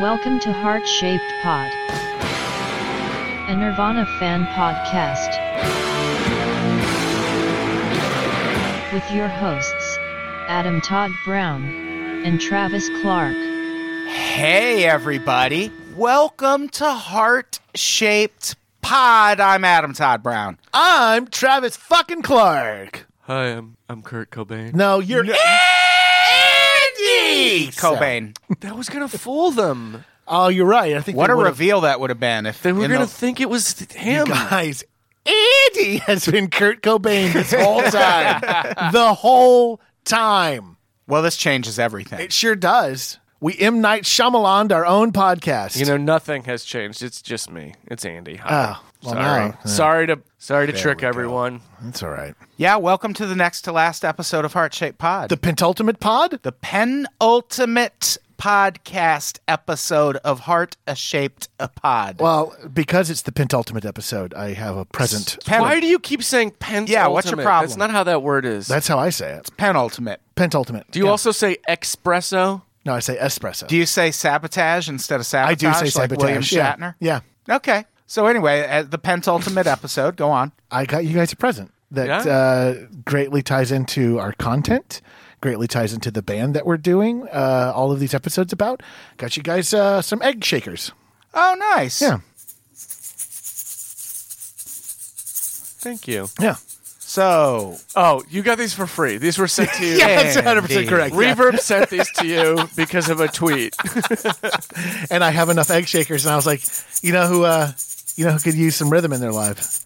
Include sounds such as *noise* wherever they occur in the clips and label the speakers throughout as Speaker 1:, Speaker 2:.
Speaker 1: Welcome to Heart Shaped Pod, a Nirvana fan podcast. With your hosts, Adam Todd Brown and Travis Clark.
Speaker 2: Hey, everybody. Welcome to Heart Shaped Pod. I'm Adam Todd Brown.
Speaker 3: I'm Travis fucking Clark.
Speaker 4: Hi, I'm I'm Kurt Cobain.
Speaker 3: No, you're no.
Speaker 2: Andy Cobain.
Speaker 4: That was gonna fool them.
Speaker 3: Oh, you're right. I think
Speaker 2: What
Speaker 3: they
Speaker 2: a
Speaker 3: would've-
Speaker 2: reveal that would have been if
Speaker 4: They were
Speaker 2: in
Speaker 4: gonna
Speaker 2: the-
Speaker 4: think it was th- him.
Speaker 3: guys. Andy has been Kurt Cobain this
Speaker 2: *laughs*
Speaker 3: whole time. the whole time.
Speaker 2: well, this changes everything.
Speaker 3: It sure does. We M Night Shyamalan our own podcast.
Speaker 4: You know, nothing has changed. It's just me. It's Andy. Hi.
Speaker 3: Oh, well,
Speaker 4: sorry.
Speaker 3: now-
Speaker 4: Sorry to sorry to trick
Speaker 3: we go.
Speaker 4: everyone.
Speaker 3: that's all right.
Speaker 2: Yeah, welcome to the next to last episode of Heart Shaped Pod.
Speaker 3: The penultimate pod.
Speaker 2: the penultimate podcast episode of Heart Shaped a Pod.
Speaker 3: Well, because it's the penultimate episode, I have a present.
Speaker 2: Pen-
Speaker 4: Why do you keep saying pent?
Speaker 2: Yeah, what's your
Speaker 4: That's
Speaker 2: problem?
Speaker 4: not how that word is.
Speaker 3: That's how I say it.
Speaker 2: penultimate?
Speaker 3: Penultimate.
Speaker 4: do you also say espresso?
Speaker 3: No, I say espresso.
Speaker 2: Do you say sabotage instead of
Speaker 3: I
Speaker 2: sabotage?
Speaker 3: do say
Speaker 2: like
Speaker 3: sabotage.
Speaker 2: William
Speaker 3: Yeah.
Speaker 2: Shatner.
Speaker 3: Yeah.
Speaker 2: Okay. So anyway, at the penultimate episode, go on.
Speaker 3: I got you guys a present that
Speaker 4: Yeah?
Speaker 3: uh, greatly ties into our content, greatly ties into the band that we're doing uh, all of these episodes about. Got you guys uh, some egg shakers.
Speaker 2: Oh, nice.
Speaker 3: Yeah,
Speaker 4: Thank you.
Speaker 3: yeah,
Speaker 2: So
Speaker 4: Oh, you got these for free. These were sent
Speaker 3: *laughs*
Speaker 4: to you.
Speaker 3: that's 100%
Speaker 2: Andy.
Speaker 3: correct. Yeah.
Speaker 4: Reverb sent these to you because of a tweet.
Speaker 3: And I have enough egg shakers, and I was like, you know who, uh, you know who could use some rhythm in their life?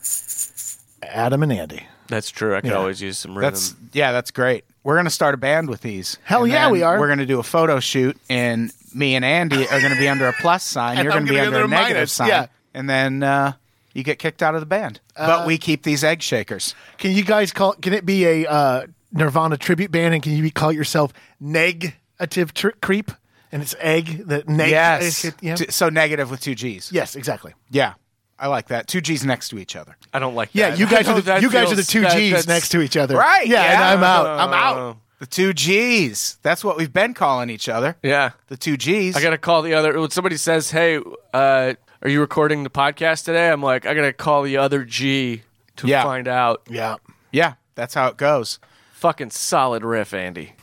Speaker 3: Adam and Andy.
Speaker 4: *laughs* That's true. I could
Speaker 3: Yeah.
Speaker 4: always use some rhythm.
Speaker 2: that's yeah, that's great. We're gonna start a band with these.
Speaker 3: Hell yeah,
Speaker 2: then
Speaker 3: we are.
Speaker 2: We're gonna do a photo shoot, and me and Andy are gonna be under a plus sign. You're
Speaker 3: I'm
Speaker 2: gonna be
Speaker 3: gonna be
Speaker 2: under a
Speaker 3: under a
Speaker 2: negative
Speaker 3: minus,
Speaker 2: sign,
Speaker 3: yeah.
Speaker 2: and then uh, you get kicked out of the band.
Speaker 3: Uh,
Speaker 2: but we keep these egg shakers.
Speaker 3: Can you guys call? Can it be a uh, Nirvana tribute band? And can you call yourself Negative tri- Creep? And it's egg that neg.
Speaker 2: Yes.
Speaker 3: yeah.
Speaker 2: T- so negative with two G's.
Speaker 3: yes, exactly.
Speaker 2: Yeah. I like that. Two G's next to each other.
Speaker 4: I don't like
Speaker 3: Yeah,
Speaker 4: that. *laughs*
Speaker 3: you guys
Speaker 4: I know
Speaker 3: are the,
Speaker 4: that
Speaker 3: you guys are the
Speaker 4: feels-
Speaker 3: two
Speaker 4: that-
Speaker 3: G's
Speaker 4: that's-
Speaker 3: next to each other,
Speaker 2: Right,
Speaker 3: Yeah, and
Speaker 2: yeah.
Speaker 3: I'm out.
Speaker 4: No,
Speaker 3: I'm
Speaker 4: no,
Speaker 3: out.
Speaker 4: no.
Speaker 2: The two G's. That's what we've been calling each other.
Speaker 4: Yeah.
Speaker 2: The two G's.
Speaker 4: I got to call the other. When somebody says, "Hey, uh, are you recording the podcast today?" I'm like, I got to call the other G to
Speaker 2: Yeah.
Speaker 4: find out.
Speaker 3: Yeah,
Speaker 2: yeah, that's how it goes.
Speaker 4: Fucking solid riff, Andy.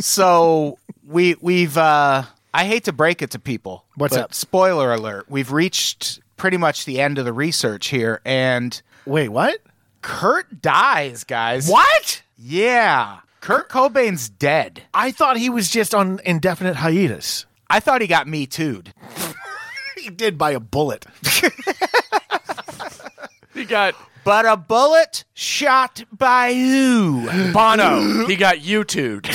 Speaker 2: so we we've uh I hate to break it to people.
Speaker 3: What's
Speaker 2: but
Speaker 3: up?
Speaker 2: Spoiler alert. We've reached pretty much the end of the research here and
Speaker 3: Wait, what?
Speaker 2: Kurt dies, guys.
Speaker 3: What?
Speaker 2: Yeah. Kurt Cobain's dead.
Speaker 3: I thought he was just on indefinite hiatus.
Speaker 2: I thought he got me too'd.
Speaker 3: He did by a bullet.
Speaker 4: He got
Speaker 2: But a bullet shot by
Speaker 3: *gasps*
Speaker 2: who?
Speaker 4: Bono. he got *laughs* YouTube.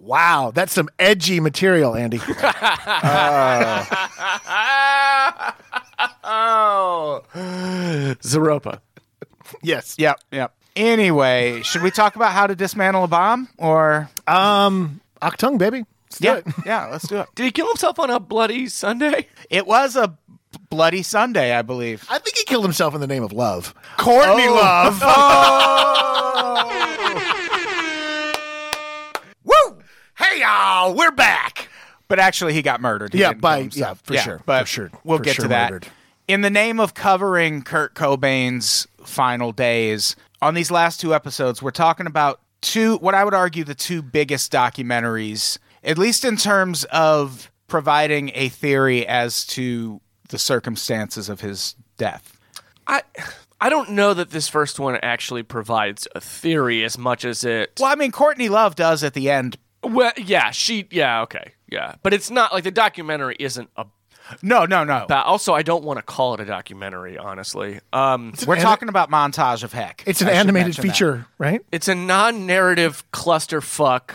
Speaker 3: Wow, that's some edgy material, Andy.
Speaker 4: oh, Zeropa.
Speaker 3: yes.
Speaker 2: yep, yep. Anyway, should we talk about how to dismantle a bomb or
Speaker 3: Um, Octung, baby. Let's do
Speaker 2: Yeah,
Speaker 3: it.
Speaker 2: yeah, let's do it.
Speaker 4: Did he kill himself on a bloody Sunday?
Speaker 2: It was a bloody Sunday, I believe.
Speaker 3: I think he killed himself in the name of love.
Speaker 2: Courtney *laughs* Love. Oh.
Speaker 3: *laughs*
Speaker 2: Woo! Hey y'all, we're back. But actually, he got murdered. He
Speaker 3: Yeah,
Speaker 2: didn't
Speaker 3: by-
Speaker 2: kill himself.
Speaker 3: yeah, for sure,
Speaker 2: But
Speaker 3: for sure,
Speaker 2: we'll
Speaker 3: for
Speaker 2: get
Speaker 3: sure
Speaker 2: to that.
Speaker 3: murdered.
Speaker 2: In the name of covering Kurt Cobain's final days, on these last two episodes, we're talking about two, what I would argue, the two biggest documentaries, at least in terms of providing a theory as to the circumstances of his death.
Speaker 4: I. I don't know that this first one actually provides a theory as much as it
Speaker 2: Well, I mean, Courtney Love does at the end
Speaker 4: Well, yeah, she, yeah, okay, yeah, but it's not like the documentary isn't about.
Speaker 2: No, no, no.
Speaker 4: Also, I don't want to call it a documentary, honestly. Um,
Speaker 2: We're talking about montage of heck.
Speaker 3: It's an
Speaker 2: I should
Speaker 3: animated
Speaker 2: mention that.
Speaker 3: feature, right?
Speaker 4: it's a non-narrative clusterfuck.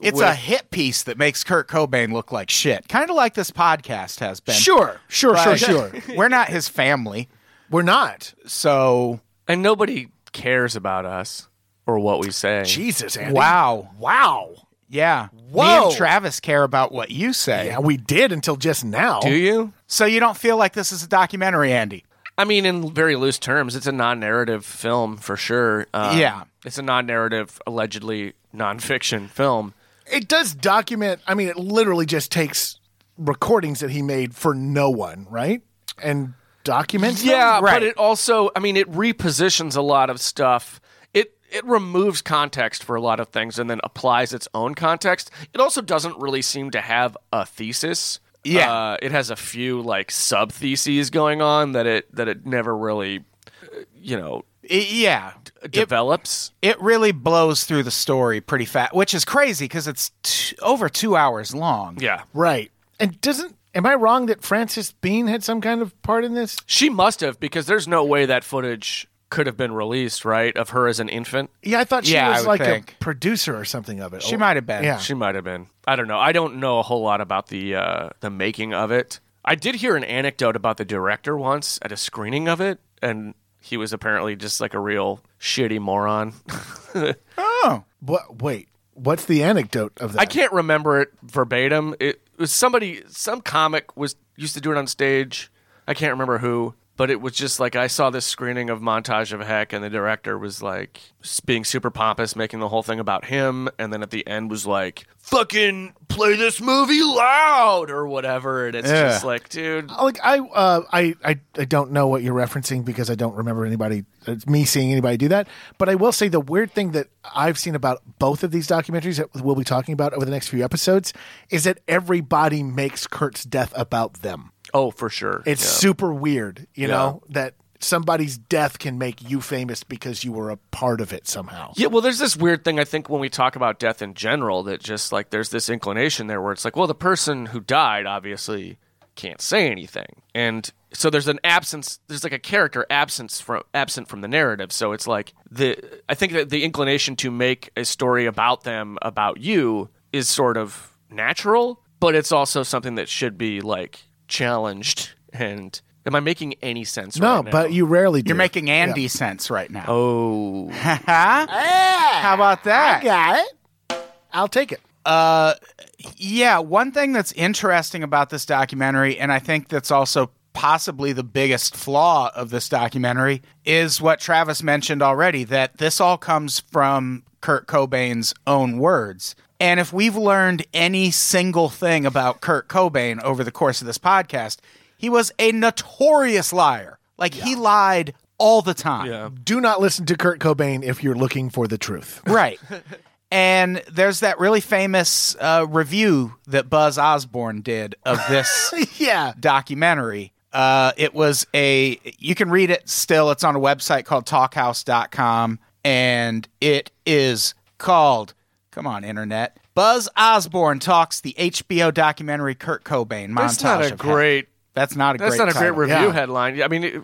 Speaker 2: It's
Speaker 4: with-
Speaker 2: a hit piece that makes Kurt Cobain look like shit. Kind of like this podcast has been.
Speaker 3: Sure, sure,
Speaker 2: But
Speaker 3: sure,
Speaker 2: *laughs*
Speaker 3: sure.
Speaker 2: We're not his family,
Speaker 3: We're not.
Speaker 2: so
Speaker 4: and nobody cares about us or what we say.
Speaker 3: Jesus, Andy.
Speaker 2: wow,
Speaker 3: Wow.
Speaker 2: yeah. Me
Speaker 3: Whoa.
Speaker 2: and Travis care about what you say,
Speaker 3: Yeah, we did until just now.
Speaker 4: Do you?
Speaker 2: so you don't feel like this is a documentary, Andy.
Speaker 4: I mean, in very loose terms, it's a non-narrative film for sure. Um,
Speaker 2: Yeah.
Speaker 4: it's a non-narrative, allegedly non-fiction film.
Speaker 3: it does document. I mean, it literally just takes recordings that he made for no one, right? And documents. them?
Speaker 4: Yeah,
Speaker 2: Right.
Speaker 4: but it also, I mean, it repositions a lot of stuff. It it removes context for a lot of things and then applies its own context. It also doesn't really seem to have a thesis.
Speaker 2: Yeah.
Speaker 4: uh, it has a few like sub theses going on that it that it never really, uh, you know,
Speaker 2: It- yeah. It,
Speaker 4: develops.
Speaker 2: it really blows through the story pretty fast, which is crazy because it's t- over two hours long.
Speaker 4: yeah,
Speaker 3: right. And doesn't am I wrong that Francis Bean had some kind of part in this?
Speaker 4: she must have because there's no way that footage could have been released, right? Of her as an infant.
Speaker 3: Yeah, I thought she
Speaker 2: Yeah, I
Speaker 3: was
Speaker 2: would
Speaker 3: like
Speaker 2: think.
Speaker 3: a producer or something of it.
Speaker 2: She
Speaker 3: Oh,
Speaker 2: might have been.
Speaker 3: Yeah.
Speaker 4: She might have been. I don't know. I don't know a whole lot about the uh, the making of it. I did hear an anecdote about the director once at a screening of it, and he was apparently just like a real shitty moron. *laughs*
Speaker 2: Oh,
Speaker 3: What? Wait. What's the anecdote of that?
Speaker 4: I can't remember it verbatim. It was somebody, some comic was used to do it on stage. I can't remember who, but it was just like I saw this screening of Montage of Heck, and the director was like s- being super pompous, making the whole thing about him, and then at the end was like, "Fucking play this movie loud" or whatever, and it's
Speaker 2: Yeah.
Speaker 4: just like, dude,
Speaker 3: like I, uh, I, I, I don't know what you're referencing because I don't remember anybody, it's me seeing anybody do that. But I will say the weird thing that I've seen about both of these documentaries that we'll be talking about over the next few episodes is that everybody makes Kurt's death about them.
Speaker 4: oh for sure,
Speaker 3: It's
Speaker 4: Yeah.
Speaker 3: super weird, you know, that somebody's death can make you famous because you were a part of it somehow.
Speaker 4: Yeah, well, there's this weird thing I think when we talk about death in general that just like there's this inclination there where it's like, well, the person who died obviously can't say anything, and so there's an absence, there's like a character absence from absent from the narrative. So it's like the I think that the inclination to make a story about them about you is sort of natural, but it's also something that should be like challenged. And am I making any sense?
Speaker 3: No,
Speaker 4: right now?
Speaker 3: but you rarely do.
Speaker 2: you're making Andy sense right now.
Speaker 4: oh.
Speaker 2: How about that?
Speaker 3: Ah, got it. I'll take it.
Speaker 2: Yeah, one thing that's interesting about this documentary, and I think that's also possibly the biggest flaw of this documentary, is what Travis mentioned already that this all comes from Kurt Cobain's own words. And if we've learned any single thing about Kurt Cobain over the course of this podcast, he was a notorious liar. Like, he lied all the time. Yeah.
Speaker 3: Do not listen to Kurt Cobain if you're looking for the truth.
Speaker 2: *laughs*
Speaker 3: *laughs*
Speaker 2: Right. And there's that really famous uh, review that Buzz Osborne did of this
Speaker 3: yeah.
Speaker 2: documentary. Uh, it was a, you can read it still. It's on a website called talkhouse.com. And it is called, come on, internet. Buzz Osborne talks the HBO documentary Kurt Cobain montage.
Speaker 4: That's not a
Speaker 2: of Hell.
Speaker 4: great-
Speaker 2: That's not a
Speaker 4: That's
Speaker 2: great.
Speaker 4: not a
Speaker 2: title.
Speaker 4: great review
Speaker 3: Yeah.
Speaker 4: headline. I mean, it,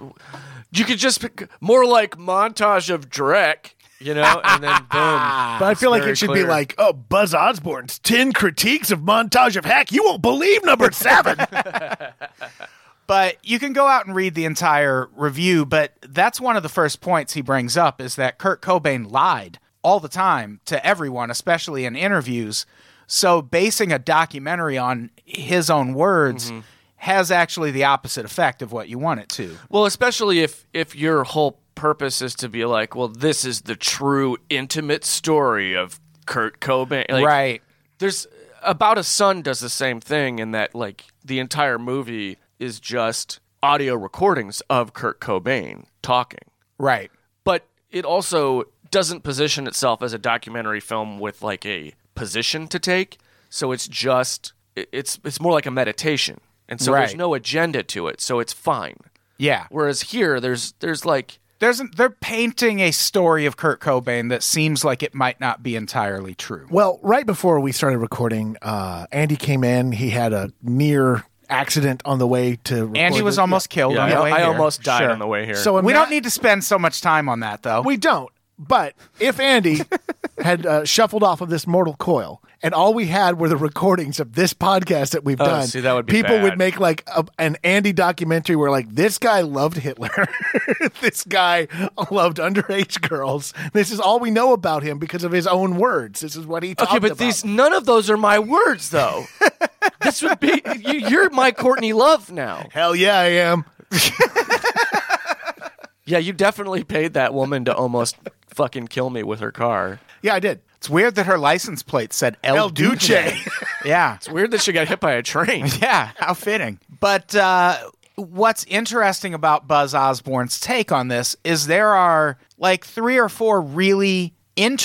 Speaker 4: you could just pick more like montage of Drek, you know,
Speaker 3: *laughs*
Speaker 4: and then boom.
Speaker 3: But I feel like
Speaker 4: very
Speaker 3: it should
Speaker 4: clear.
Speaker 3: be like, oh, Buzz Osborne's 10 critiques of montage of hack. You won't believe number seven.
Speaker 2: but you can go out and read the entire review but that's one of the first points he brings up is that kurt cobain lied all the time to everyone especially in interviews so basing a documentary on his own words
Speaker 4: Mm-hmm.
Speaker 2: has actually the opposite effect of what you want it to
Speaker 4: Well, especially if if your whole purpose is to be like, well, this is the true intimate story of Kurt Cobain. Like,
Speaker 2: right
Speaker 4: There's about a son does the same thing in that like the entire movie is just audio recordings of Kurt Cobain talking.
Speaker 2: right
Speaker 4: but it also doesn't position itself as a documentary film with like a position to take. So it's just it- it's it's more like a meditation, and so there's
Speaker 2: Right.
Speaker 4: no agenda to it, so it's fine.
Speaker 2: yeah
Speaker 4: Whereas here, there's there's like
Speaker 2: there's they're painting a story of kurt cobain that seems like it might not be entirely true
Speaker 3: *laughs* well, right before we started recording, uh, Andy came in. He had a near accident on the way to record
Speaker 2: andy was
Speaker 3: the-
Speaker 2: almost killed on the
Speaker 4: I,
Speaker 2: way
Speaker 4: I
Speaker 2: here.
Speaker 4: almost died
Speaker 2: Sure.
Speaker 4: on the way here.
Speaker 3: So
Speaker 2: we
Speaker 3: ima-
Speaker 2: don't need to spend so much time on that though
Speaker 3: We don't. But if Andy had uh, shuffled off of this mortal coil and all we had were the recordings of this podcast that we've done,
Speaker 4: Oh, see, that would be
Speaker 3: people
Speaker 4: bad.
Speaker 3: would make like a, an Andy documentary where like this guy loved Hitler, *laughs* this guy loved underage girls. This is all we know about him because of his own words. This is what he talked
Speaker 4: okay, but
Speaker 3: about.
Speaker 4: these none of those are my
Speaker 3: *laughs*
Speaker 4: words though. this would be you, you're my Courtney Love now.
Speaker 3: Hell yeah, I am.
Speaker 4: Yeah, you definitely paid that woman to almost fucking kill me with her car.
Speaker 3: Yeah, I did.
Speaker 2: It's weird that her license plate said El,
Speaker 3: El
Speaker 2: Duce.
Speaker 3: Duce.
Speaker 2: *laughs* yeah.
Speaker 4: It's weird that she got hit by a train.
Speaker 2: Yeah, how fitting. But uh, what's interesting about Buzz Osborne's take on this is there are like three or four really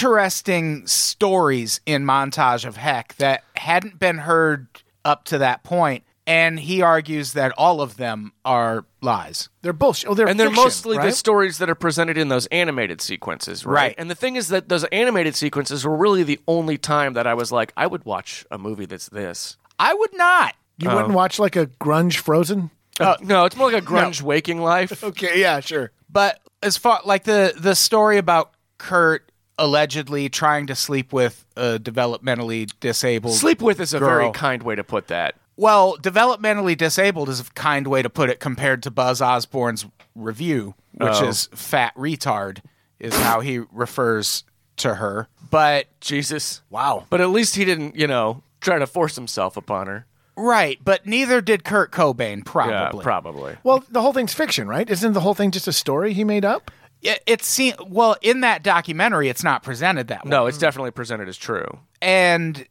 Speaker 2: interesting stories in Montage of Heck that hadn't been heard up to that point, And he argues that all of them are lies.
Speaker 3: They're bullshit. Oh, they're
Speaker 4: And they're
Speaker 3: fiction,
Speaker 4: mostly the
Speaker 3: right?
Speaker 4: stories that are presented in those animated sequences, right?
Speaker 2: Right.
Speaker 4: And the thing is that those animated sequences were really the only time that I was like, I would watch a movie that's this.
Speaker 2: I would not.
Speaker 3: You
Speaker 4: Oh.
Speaker 3: wouldn't watch like a grunge Frozen?
Speaker 4: Uh, no, it's more like a grunge waking life.
Speaker 3: Okay, yeah, sure.
Speaker 2: But as far like the the story about Kurt allegedly trying to sleep with a developmentally disabled
Speaker 4: Sleep with is a
Speaker 2: Girl.
Speaker 4: very kind way to put that.
Speaker 2: Well, developmentally disabled is a kind way to put it compared to Buzz Osborne's review, which
Speaker 4: Oh.
Speaker 2: is fat retard, is how he refers to her. But
Speaker 4: Jesus.
Speaker 2: wow.
Speaker 4: But at least he didn't, you know, try to force himself upon her.
Speaker 2: Right, but neither did Kurt Cobain, probably.
Speaker 4: Yeah, probably.
Speaker 3: Well, the whole thing's fiction, right? Isn't the whole thing just a story he made up?
Speaker 2: It, it seem, well, in that documentary, it's not presented that way.
Speaker 4: No, it's definitely presented as true.
Speaker 2: And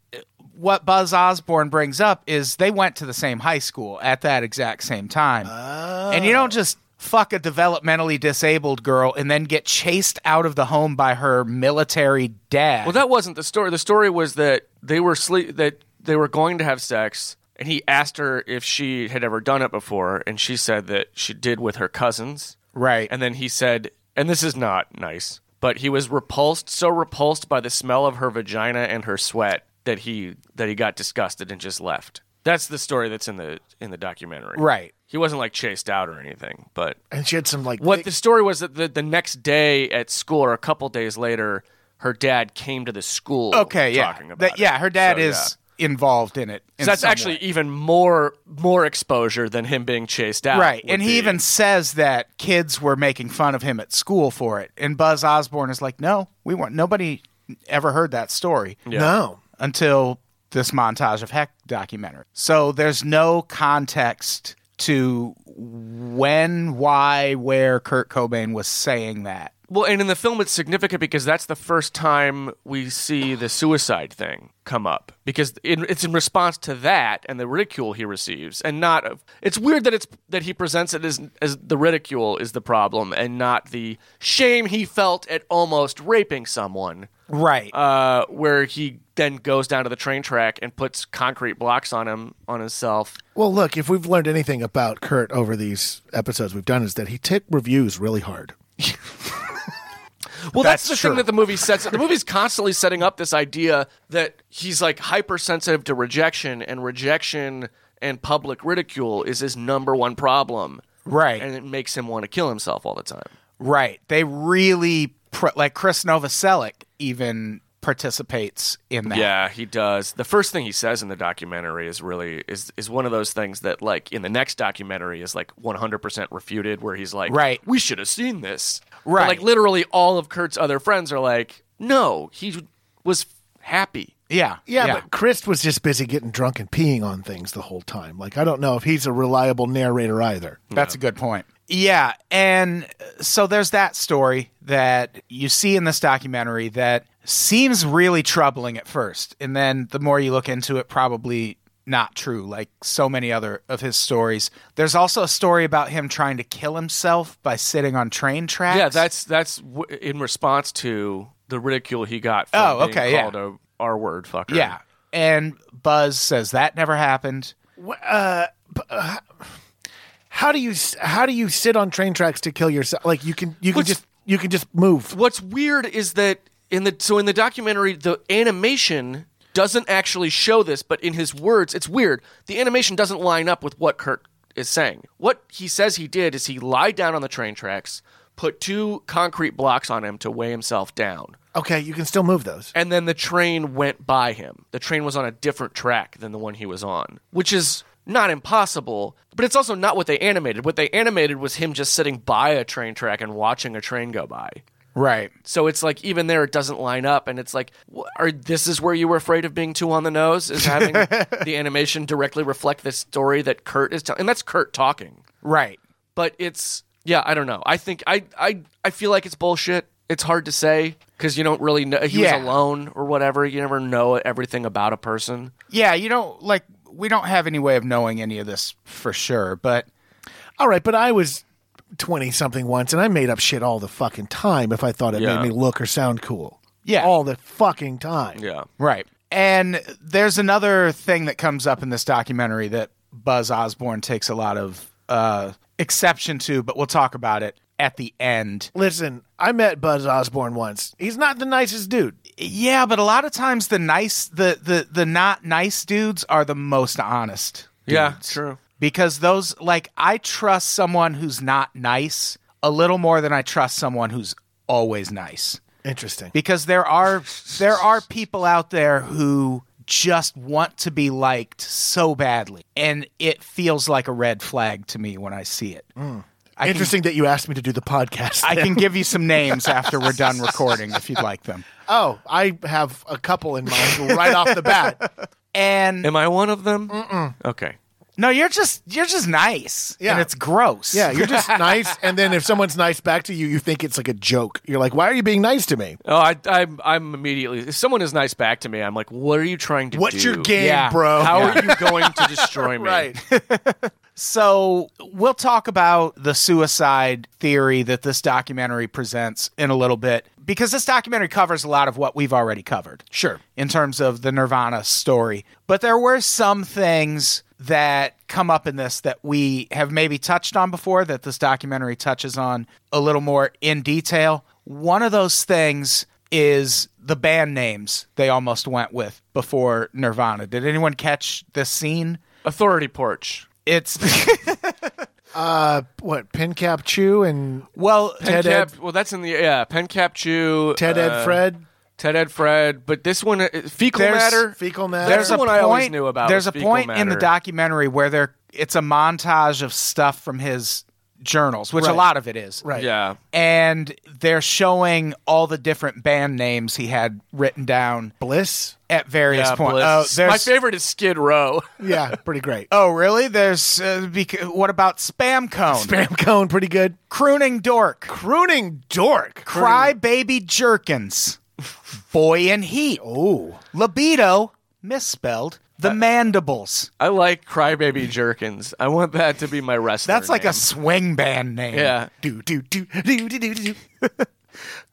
Speaker 2: what Buzz Osborne brings up is they went to the same high school at that exact same time.
Speaker 4: Ah.
Speaker 2: And you don't just fuck a developmentally disabled girl and then get chased out of the home by her military dad.
Speaker 4: Well, that wasn't the story. The story was that they were sleep that they were going to have sex, and he asked her if she had ever done it before, and she said that she did with her cousins.
Speaker 2: right.
Speaker 4: And then he said, and this is not nice, but he was repulsed, so repulsed by the smell of her vagina and her sweat that he that he got disgusted and just left. That's the story that's in the in the documentary.
Speaker 2: Right.
Speaker 4: He wasn't like chased out or anything, but
Speaker 3: And she had some like
Speaker 4: what
Speaker 3: thi-
Speaker 4: the story was that the, the next day at school or a couple days later, her dad came to the school.
Speaker 2: okay, yeah.
Speaker 4: talking about
Speaker 2: That- yeah,
Speaker 4: it.
Speaker 2: her dad
Speaker 4: So,
Speaker 2: is
Speaker 4: yeah.
Speaker 2: involved in it. in
Speaker 4: So that's
Speaker 2: some
Speaker 4: actually
Speaker 2: way.
Speaker 4: even more more exposure than him being chased out.
Speaker 2: Right,
Speaker 4: would
Speaker 2: and he
Speaker 4: be.
Speaker 2: even says that kids were making fun of him at school for it. And Buzz Osborne is like, "No, we weren't. Nobody ever heard that story."
Speaker 4: Yeah.
Speaker 3: No.
Speaker 2: until this montage of heck documentary. So there's no context to when, why, where Kurt Cobain was saying that.
Speaker 4: Well, and in the film, it's significant because that's the first time we see the suicide thing come up because it, it's in response to that and the ridicule he receives, and not of. It's weird that it's that he presents it as as the ridicule is the problem and not the shame he felt at almost raping someone.
Speaker 2: Right.
Speaker 4: Uh, where he then goes down to the train track and puts concrete blocks on him on himself.
Speaker 3: Well, look, if we've learned anything about Kurt over these episodes we've done is that he took reviews really hard.
Speaker 4: Well, that's,
Speaker 2: That's
Speaker 4: the
Speaker 2: true.
Speaker 4: thing that the movie sets. The movie's constantly setting up this idea that he's like hypersensitive to rejection, and rejection and public ridicule is his number one problem.
Speaker 2: Right.
Speaker 4: and it makes him want to kill himself all the time.
Speaker 2: right. They really, pr- like Chris Novoselic even participates in that.
Speaker 4: Yeah, he does. The first thing he says in the documentary is really is is one of those things that like in the next documentary is like 100% refuted where he's like,
Speaker 2: Right.
Speaker 4: we should have seen this." But,
Speaker 2: Right.
Speaker 4: like literally all of Kurt's other friends are like, "No, he was happy."
Speaker 2: Yeah.
Speaker 3: Yeah, but Chris was just busy getting drunk and peeing on things the whole time. Like, I don't know if he's a reliable narrator either.
Speaker 2: That's a good point. Yeah, and uh, so there's that story that you see in this documentary that seems really troubling at first, and then the more you look into it, probably not true. Like so many other of his stories, there's also a story about him trying to kill himself by sitting on train tracks.
Speaker 4: Yeah, that's that's w- in response to the ridicule he got. From
Speaker 2: Oh,
Speaker 4: being
Speaker 2: okay, yeah.
Speaker 4: called a R word fucker.
Speaker 2: yeah. And Buzz says that never happened.
Speaker 3: How do you s- how do you sit on train tracks to kill yourself? Like, you can you can
Speaker 4: What's-
Speaker 3: just you can just move.
Speaker 4: What's weird is that in the so in the documentary the animation doesn't actually show this, but in his words, it's weird. The animation doesn't line up with what Kurt is saying. What he says he did is he lied down on the train tracks, put two concrete blocks on him to weigh himself down.
Speaker 3: Okay, you can still move those.
Speaker 4: and then the train went by him. The train was on a different track than the one he was on, which is not impossible, but it's also not what they animated. What they animated was him just sitting by a train track and watching a train go by.
Speaker 2: Right.
Speaker 4: So it's like even there it doesn't line up, and it's like, wh- are this is where you were afraid of being too on the nose? Is having the animation directly reflect this story that Kurt is telling, and that's Kurt talking
Speaker 2: Right.
Speaker 4: but it's yeah i don't know i think i i i feel like it's bullshit it's hard to say because you don't really know. He
Speaker 2: Yeah.
Speaker 4: was alone or whatever. You never know everything about a person.
Speaker 2: Yeah, you don't like we don't have any way of knowing any of this for sure, but
Speaker 3: All right, but I was 20 something once and I made up shit all the fucking time if I thought it
Speaker 4: Yeah.
Speaker 3: made me look or sound cool.
Speaker 2: Yeah.
Speaker 3: All the fucking time.
Speaker 4: Yeah.
Speaker 2: right. And there's another thing that comes up in this documentary that Buzz Osborne takes a lot of uh, exception to, but we'll talk about it at the end.
Speaker 3: Listen, I met Buzz Osborne once. He's not the nicest dude.
Speaker 2: Yeah, but a lot of times the nice, the the the not nice dudes are the most honest.
Speaker 4: Yeah,
Speaker 2: dudes.
Speaker 4: true.
Speaker 2: Because those like I trust someone who's not nice a little more than I trust someone who's always nice.
Speaker 3: Interesting.
Speaker 2: Because there are there are people out there who just want to be liked so badly, and it feels like a red flag to me when I see it. I can-
Speaker 3: Interesting that you asked me to do the podcast.
Speaker 2: I can give you some names after we're done recording if you'd like them.
Speaker 3: *laughs* oh, I have a couple in mind right off the bat.
Speaker 2: And
Speaker 4: Am I one of them? Okay.
Speaker 2: No, you're just you're just nice.
Speaker 3: Yeah.
Speaker 2: And it's gross.
Speaker 3: Yeah, you're just nice. And then if someone's nice back to you, you think it's like a joke. You're like, why are you being nice to me?
Speaker 4: Oh, I, I'm, I'm immediately. If someone is nice back to me, I'm like, what are you trying to
Speaker 3: What's
Speaker 4: do?
Speaker 3: your game,
Speaker 2: Yeah.
Speaker 3: bro?
Speaker 4: How are you going to
Speaker 3: *laughs*
Speaker 4: destroy me?
Speaker 2: So we'll talk about the suicide theory that this documentary presents in a little bit because this documentary covers a lot of what we've already covered.
Speaker 3: Sure.
Speaker 2: In terms of the Nirvana story. But there were some things that come up in this that we have maybe touched on before that this documentary touches on a little more in detail. One of those things is the band names they almost went with before Nirvana. Did anyone catch this scene?
Speaker 4: Authority porch.
Speaker 2: It's *laughs*
Speaker 3: Uh, What, Pincap Chew and
Speaker 2: well,
Speaker 3: Ted Ed-
Speaker 4: Cap- well, *laughs* that's in the yeah. Pen Cap Chew.
Speaker 3: Ted Ed
Speaker 4: uh,
Speaker 3: Fred?
Speaker 4: Ted Ed Fred. But this one, uh, fecal
Speaker 2: There's-
Speaker 4: matter.
Speaker 3: Fecal matter.
Speaker 2: there's
Speaker 4: There's the
Speaker 2: a
Speaker 4: one
Speaker 2: point,
Speaker 4: I always knew about.
Speaker 2: There's
Speaker 4: was
Speaker 2: a
Speaker 4: fecal
Speaker 2: point in the
Speaker 4: matter.
Speaker 2: documentary where there it's a montage of stuff from his journals, which a
Speaker 3: Right.
Speaker 2: lot of it is.
Speaker 3: Right.
Speaker 4: Yeah.
Speaker 2: And they're showing all the different band names he had written down
Speaker 3: Bliss?
Speaker 2: at various
Speaker 4: Yeah,
Speaker 2: points.
Speaker 4: Bliss.
Speaker 2: Oh, there's,
Speaker 4: My favorite is Skid Row.
Speaker 3: Yeah, pretty great.
Speaker 2: Oh, really? There's uh, bec- what about Spam Cone?
Speaker 3: Spam cone, pretty good.
Speaker 2: Crooning Dork.
Speaker 3: Crooning dork.
Speaker 2: Cry Baby Jerkins. Boy in Heat.
Speaker 3: Oh,
Speaker 2: Libido, misspelled. The Mandibles.
Speaker 4: I like Crybaby Jerkins. I want that to be my wrestler.
Speaker 2: That's like
Speaker 4: name.
Speaker 2: a swing band name.
Speaker 4: yeah. *laughs*
Speaker 3: do do do do do do do.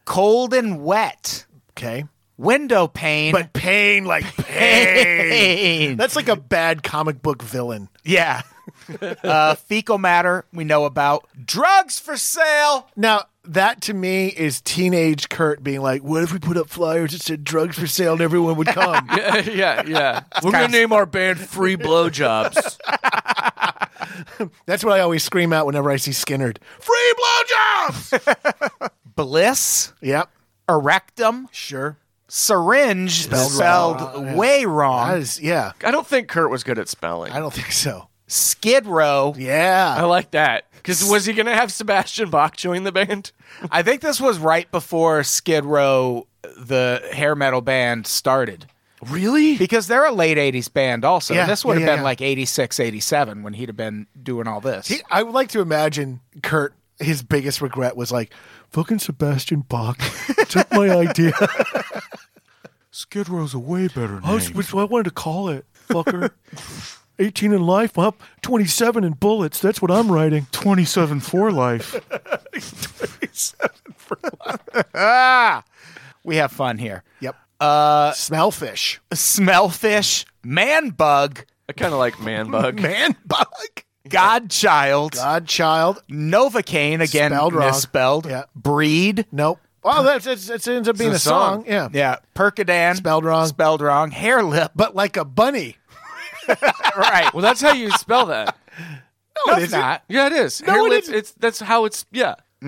Speaker 2: Cold and wet.
Speaker 3: Okay,
Speaker 2: Window pane. *laughs*
Speaker 3: but pain *laughs* like pain. That's like a bad comic book villain.
Speaker 2: yeah. *laughs* uh, fecal matter, we know about. Drugs for sale.
Speaker 3: Now that to me is teenage Kurt being like, "What if we put up flyers that said drugs for sale and everyone would come?" *laughs*
Speaker 4: yeah, yeah. We're gonna
Speaker 2: kinda-
Speaker 4: name our band Free Blowjobs. *laughs*
Speaker 3: That's what I always scream out whenever I see Skinnerd. Free blowjobs.
Speaker 2: Bliss.
Speaker 3: yep,
Speaker 2: Erectum.
Speaker 3: sure.
Speaker 2: Syringe, spelled, way wrong.
Speaker 3: That is, yeah,
Speaker 4: I don't think Kurt was good at spelling.
Speaker 3: I
Speaker 4: I,
Speaker 3: don't think so.
Speaker 2: Skid Row.
Speaker 3: Yeah,
Speaker 4: like that because was he gonna have Sebastian Bach join the band?
Speaker 2: I think this was right before Skid Row, the hair metal band, started.
Speaker 4: Really?
Speaker 2: Because they're a late 80s band also.
Speaker 3: Yeah,
Speaker 2: this would
Speaker 3: yeah,
Speaker 2: have
Speaker 3: yeah,
Speaker 2: been
Speaker 3: yeah.
Speaker 2: like 86, 87 when he'd have been doing all this.
Speaker 3: He- I would like to imagine Kurt. His biggest regret was like, "Fucking Sebastian Bach *laughs* took my idea."
Speaker 5: *laughs* Skid Row's a way better
Speaker 3: I
Speaker 5: name.
Speaker 3: was, which I wanted to call it, fucker. *laughs* 18 in life, well, 27 in bullets. That's what I'm writing.
Speaker 5: 27 for life.
Speaker 2: we have fun here.
Speaker 3: *laughs* Yep. Uh, Smellfish.
Speaker 2: Smellfish, man bug,
Speaker 4: I kind of like Man *laughs* Bug.
Speaker 3: Man bug.
Speaker 2: godchild,
Speaker 3: Godchild.
Speaker 2: novocaine again
Speaker 3: Spelled wrong.
Speaker 2: misspelled,
Speaker 3: Yeah.
Speaker 2: breed,
Speaker 3: Nope.
Speaker 5: Hmm.
Speaker 3: Oh, that's, that's, that ends up being
Speaker 4: a
Speaker 3: a song.
Speaker 4: song.
Speaker 3: Yeah.
Speaker 2: yeah, percodan,
Speaker 3: Spelled wrong.
Speaker 2: spelled wrong, hair lip,
Speaker 3: But like a bunny.
Speaker 2: right?
Speaker 4: well, that's how you spell that.
Speaker 2: no,
Speaker 3: it
Speaker 2: it's
Speaker 3: isn't.
Speaker 2: not.
Speaker 4: Yeah, it is.
Speaker 3: it
Speaker 4: No, it's,
Speaker 3: isn't.
Speaker 4: it's that's how it's. Yeah,
Speaker 2: I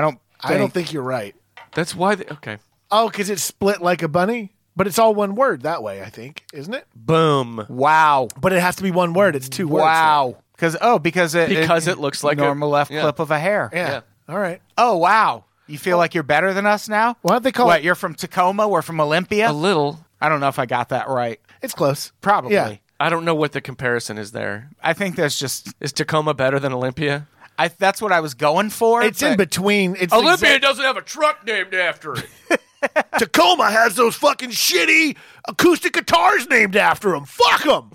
Speaker 2: don't.
Speaker 3: I don't think you're right.
Speaker 4: that's why. They, okay.
Speaker 3: Oh, because it's split like a bunny? But it's all one word that way, I think, isn't it?
Speaker 4: Boom.
Speaker 2: Wow,
Speaker 3: But it has to be one word. It's two words.
Speaker 2: wow. Because oh, because it
Speaker 4: Because it looks like a-
Speaker 2: normal left
Speaker 4: yeah.
Speaker 2: clip of a hair.
Speaker 3: though. Yeah. All right.
Speaker 2: Oh wow, you feel like you're better than us now?
Speaker 3: Why don't they call
Speaker 2: What?
Speaker 3: it?
Speaker 2: You're from Tacoma. We're from Olympia.
Speaker 4: A little.
Speaker 2: I don't know if I got that right.
Speaker 3: It's close.
Speaker 2: Probably.
Speaker 3: Yeah.
Speaker 4: I don't know what the comparison is there.
Speaker 2: I think that's just.
Speaker 4: Is Tacoma better than Olympia?
Speaker 2: I, that's what I was going for.
Speaker 3: It's in
Speaker 2: but-
Speaker 3: between. It's
Speaker 4: Olympia
Speaker 3: exact-
Speaker 4: doesn't have a truck named after it.
Speaker 3: Tacoma has those fucking shitty acoustic guitars named after them. Fuck them.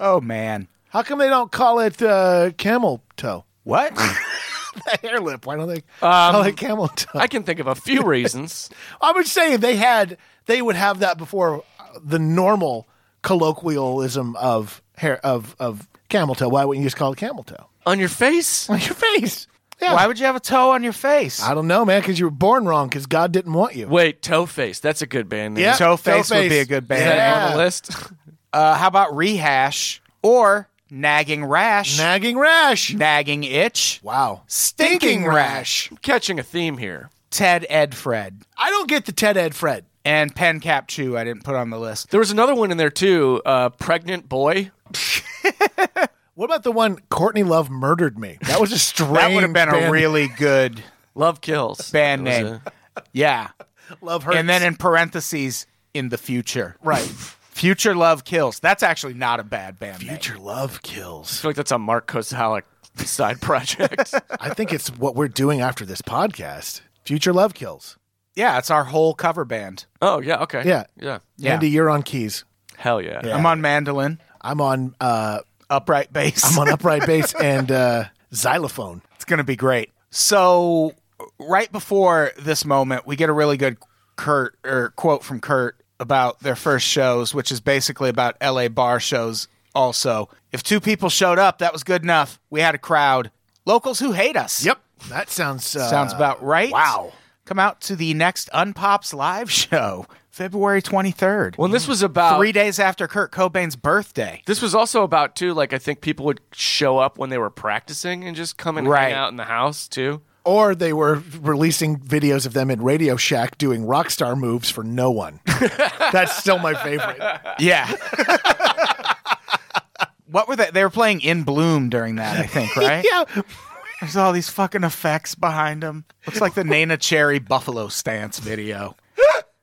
Speaker 2: Oh man,
Speaker 3: How come they don't call it uh, camel toe?
Speaker 2: what?
Speaker 3: *laughs*
Speaker 2: Um,
Speaker 3: The hair lip. Why don't they call it camel toe?
Speaker 4: *laughs* I can think of a few reasons.
Speaker 3: I was saying they had they would have that before uh, the normal colloquialism of hair of of camel toe. Why wouldn't you just call it camel toe? *laughs*
Speaker 4: On your face?
Speaker 3: On your face. Yeah.
Speaker 2: Why would you have a toe on your face?
Speaker 3: I don't know, man, because you were born wrong because God didn't want you.
Speaker 4: Wait, Toe Face. That's a good band name.
Speaker 3: Yeah,
Speaker 2: Toe Face would be a good band.
Speaker 4: Is that
Speaker 3: Yeah.
Speaker 4: on the list? *laughs*
Speaker 2: Uh, how about rehash or nagging rash,
Speaker 3: Nagging rash.
Speaker 2: nagging itch,
Speaker 3: wow.
Speaker 2: stinking rash?
Speaker 4: Catching a theme here.
Speaker 2: Ted, Ed, Fred,
Speaker 3: I don't get the Ted Ed Fred.
Speaker 2: and pen cap chew. I didn't put on the list.
Speaker 4: There was another one in there too. Uh, pregnant boy.
Speaker 3: What about the one Courtney Love murdered me? That was a
Speaker 2: *laughs*
Speaker 3: strange.
Speaker 2: That would have been
Speaker 3: band.
Speaker 2: a really
Speaker 3: *laughs*
Speaker 2: good
Speaker 4: Love kills.
Speaker 2: band
Speaker 4: That was
Speaker 2: name.
Speaker 4: a-
Speaker 2: Yeah,
Speaker 3: love her.
Speaker 2: and then in parentheses, in the future,
Speaker 3: right,
Speaker 2: future love kills. That's actually not a bad band name.
Speaker 3: future love
Speaker 4: I
Speaker 3: kills.
Speaker 4: feel like that's a Mark Kozalik side *laughs* project.
Speaker 3: I think it's what we're doing after this podcast. Future love kills.
Speaker 2: Yeah, it's our whole cover band.
Speaker 4: oh yeah. Okay.
Speaker 3: Yeah.
Speaker 4: Yeah.
Speaker 2: Yeah.
Speaker 3: Andy, you're on keys.
Speaker 4: Hell yeah.
Speaker 3: Yeah.
Speaker 2: I'm on mandolin,
Speaker 3: I'm on uh,
Speaker 2: upright bass.
Speaker 3: I'm on
Speaker 2: *laughs*
Speaker 3: upright bass and uh, xylophone.
Speaker 2: It's going to be great. So, right before this moment, we get a really good Kurt or quote from Kurt about their first shows, which is basically about LA bar shows. Also, if two people showed up, that was good enough. We had a crowd. Locals who hate us.
Speaker 3: that sounds uh,
Speaker 2: Sounds about right.
Speaker 3: Wow.
Speaker 2: Come out to the next Unpops live show, February 23rd.
Speaker 4: Well, uh, this was about
Speaker 2: Mm-hmm. Three days after Kurt Cobain's birthday.
Speaker 4: This was also about too. Like I think people would show up when they were practicing and just come and
Speaker 2: Right.
Speaker 4: hang out in the house too.
Speaker 3: Or they were releasing videos of them in Radio Shack doing rock star moves for
Speaker 2: *laughs*
Speaker 3: no one. That's still my favorite.
Speaker 2: Yeah. what were they? They were playing In Bloom during that, I think, right?
Speaker 3: Yeah,
Speaker 2: There's all these fucking effects behind him. Looks like the Nana Cherry Buffalo Stance video,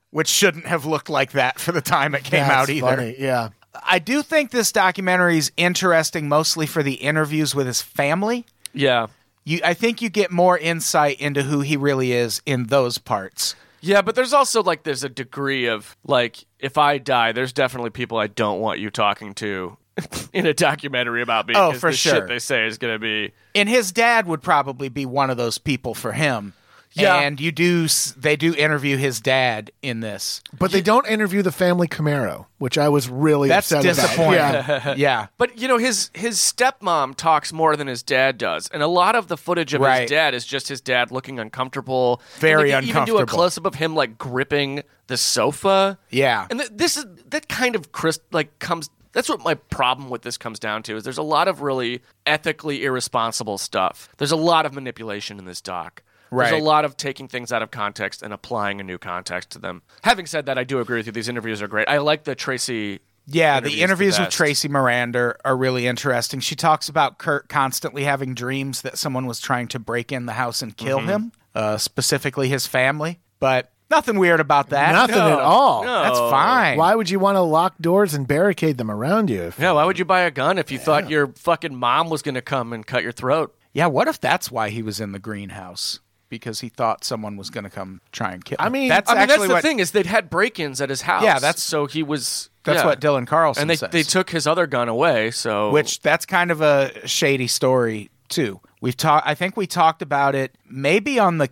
Speaker 2: which shouldn't have looked like that for the time it came
Speaker 3: That's
Speaker 2: out either.
Speaker 3: funny, Yeah,
Speaker 2: I do think this documentary is interesting mostly for the interviews with his family.
Speaker 4: Yeah.
Speaker 2: You, I think you get more insight into who he really is in those parts.
Speaker 4: Yeah, but there's also like there's a degree of like if I die, there's definitely people I don't want you talking to *laughs* in a documentary about me.
Speaker 2: Oh,
Speaker 4: 'cause
Speaker 2: for
Speaker 4: the
Speaker 2: sure.
Speaker 4: Shit they say is gonna be
Speaker 2: and his dad would probably be one of those people for him.
Speaker 4: Yeah.
Speaker 2: and you do s- they do interview his dad in this.
Speaker 3: but they don't interview the family Camaro, which I was really
Speaker 2: That's
Speaker 3: upset about.
Speaker 2: disappointing.
Speaker 3: Yeah.
Speaker 2: *laughs* Yeah.
Speaker 4: But you know his his stepmom talks more than his dad does, and a lot of the footage of
Speaker 2: Right.
Speaker 4: his dad is just his dad looking uncomfortable.
Speaker 2: Very
Speaker 4: and they could Even do
Speaker 2: uncomfortable.
Speaker 4: a close up of him like gripping the sofa.
Speaker 2: Yeah.
Speaker 4: and th- this is that kind of crisp like comes. That's what my problem with this comes down to is there's a lot of really ethically irresponsible stuff. There's a lot of manipulation in this doc.
Speaker 2: Right.
Speaker 4: There's a lot of taking things out of context and applying a new context to them. Having said that, I do agree with you. These interviews are great. I like the Tracy.
Speaker 2: Yeah, the interviews
Speaker 4: the
Speaker 2: with
Speaker 4: best.
Speaker 2: Tracy Miranda are really interesting. She talks about Kurt constantly having dreams that someone was trying to break in the house and kill
Speaker 4: Mm-hmm.
Speaker 2: him, uh, specifically his family. But nothing weird about that.
Speaker 3: Nothing at all.
Speaker 2: That's fine.
Speaker 3: Why would you want to lock doors and barricade them around you? If,
Speaker 4: Yeah, why would you buy a gun if you thought your fucking mom was going to come and cut your throat?
Speaker 2: Yeah, what if that's why he was in the greenhouse? Because he thought someone was going to come try and kill him.
Speaker 3: I mean-
Speaker 2: that's
Speaker 4: I mean,
Speaker 2: actually
Speaker 4: that's the
Speaker 2: what,
Speaker 4: thing is they'd had break-ins at his house.
Speaker 2: Yeah, that's-
Speaker 4: so he was.
Speaker 2: That's
Speaker 4: yeah.
Speaker 2: what Dylan Carlson
Speaker 4: and they
Speaker 2: says.
Speaker 4: they took his other gun away. So
Speaker 2: which that's kind of a shady story too. We've talked. I think we talked about it maybe on the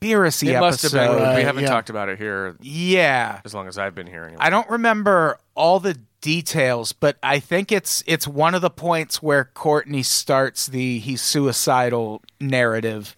Speaker 2: conspiracy
Speaker 4: it must have
Speaker 2: episode.
Speaker 4: been.
Speaker 3: Right,
Speaker 4: we haven't
Speaker 3: yeah.
Speaker 4: talked about it here
Speaker 2: Yeah,
Speaker 4: as long as I've been here. Anyway.
Speaker 2: I don't remember all the details, but I think it's it's one of the points where Courtney starts the he's suicidal narrative,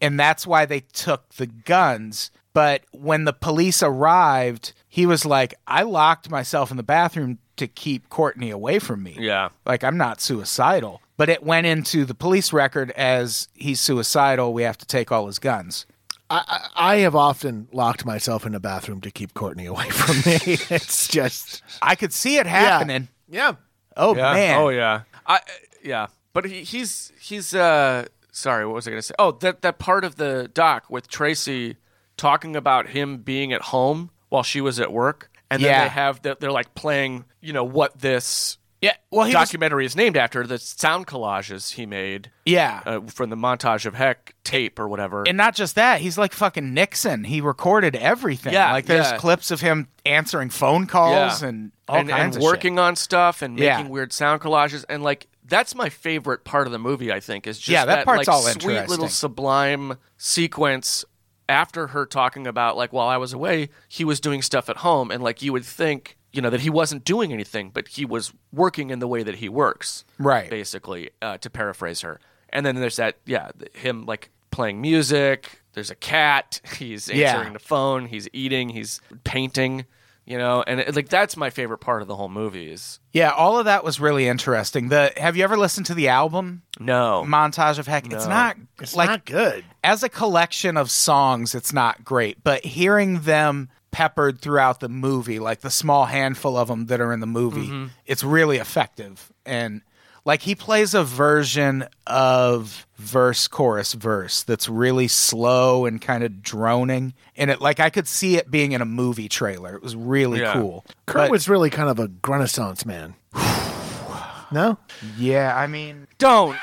Speaker 2: and that's why they took the guns. But when the police arrived, he was like, "I locked myself in the bathroom to keep Courtney away from me."
Speaker 4: Yeah.
Speaker 2: like I'm not suicidal. But it went into the police record as he's suicidal. We have to take all his guns.
Speaker 3: I, I I have often locked myself in a bathroom to keep Courtney away *laughs* from me. it's just
Speaker 2: I could see it happening.
Speaker 3: Yeah.
Speaker 2: Oh
Speaker 4: Yeah.
Speaker 2: man!
Speaker 4: Oh yeah. I yeah. But he, he's he's uh sorry. What was I going to say? Oh, that that part of the doc with Tracy talking about him being at home while she was at work, and then
Speaker 2: Yeah.
Speaker 4: they have that they're like playing you know what this
Speaker 2: Yeah. Well, he was,
Speaker 4: documentary is named after the sound collages he made
Speaker 2: yeah.
Speaker 4: uh, from the montage of Heck tape or whatever.
Speaker 2: and not just that, he's like fucking Nixon. He recorded everything.
Speaker 4: Yeah,
Speaker 2: like there's
Speaker 4: yeah.
Speaker 2: clips of him answering phone calls and all
Speaker 4: and,
Speaker 2: kinds
Speaker 4: and
Speaker 2: of shit.
Speaker 4: working on stuff and making
Speaker 2: Yeah.
Speaker 4: weird sound collages and like that's my favorite part of the movie i think is just
Speaker 2: Yeah, that part's
Speaker 4: like
Speaker 2: all
Speaker 4: sweet little
Speaker 2: interesting.
Speaker 4: sublime sequence after her talking about like while i was away he was doing stuff at home and like you would think you know that he wasn't doing anything but he was working in the way that he works
Speaker 2: Right.
Speaker 4: basically uh, to paraphrase her and then there's that yeah th- him like playing music there's a cat *laughs* he's
Speaker 2: Yeah.
Speaker 4: answering the phone he's eating he's painting you know and it, like that's my favorite part of the whole movie is
Speaker 2: Yeah, all of that was really interesting. The Have you ever listened to the album
Speaker 4: no
Speaker 2: montage of Heck? It's not
Speaker 3: It's
Speaker 2: like
Speaker 3: not good.
Speaker 2: as a collection of songs, it's not great, but hearing them peppered throughout the movie, like the small handful of them that are in the movie,
Speaker 4: Mm-hmm.
Speaker 2: it's really effective. And like he plays a version of verse, chorus, verse that's really slow and kind of droning. And it, like, I could see it being in a movie trailer. It was really
Speaker 4: Yeah.
Speaker 2: cool.
Speaker 3: Kurt
Speaker 2: But-
Speaker 3: was really kind of a renaissance man. no,
Speaker 2: yeah, I mean,
Speaker 4: don't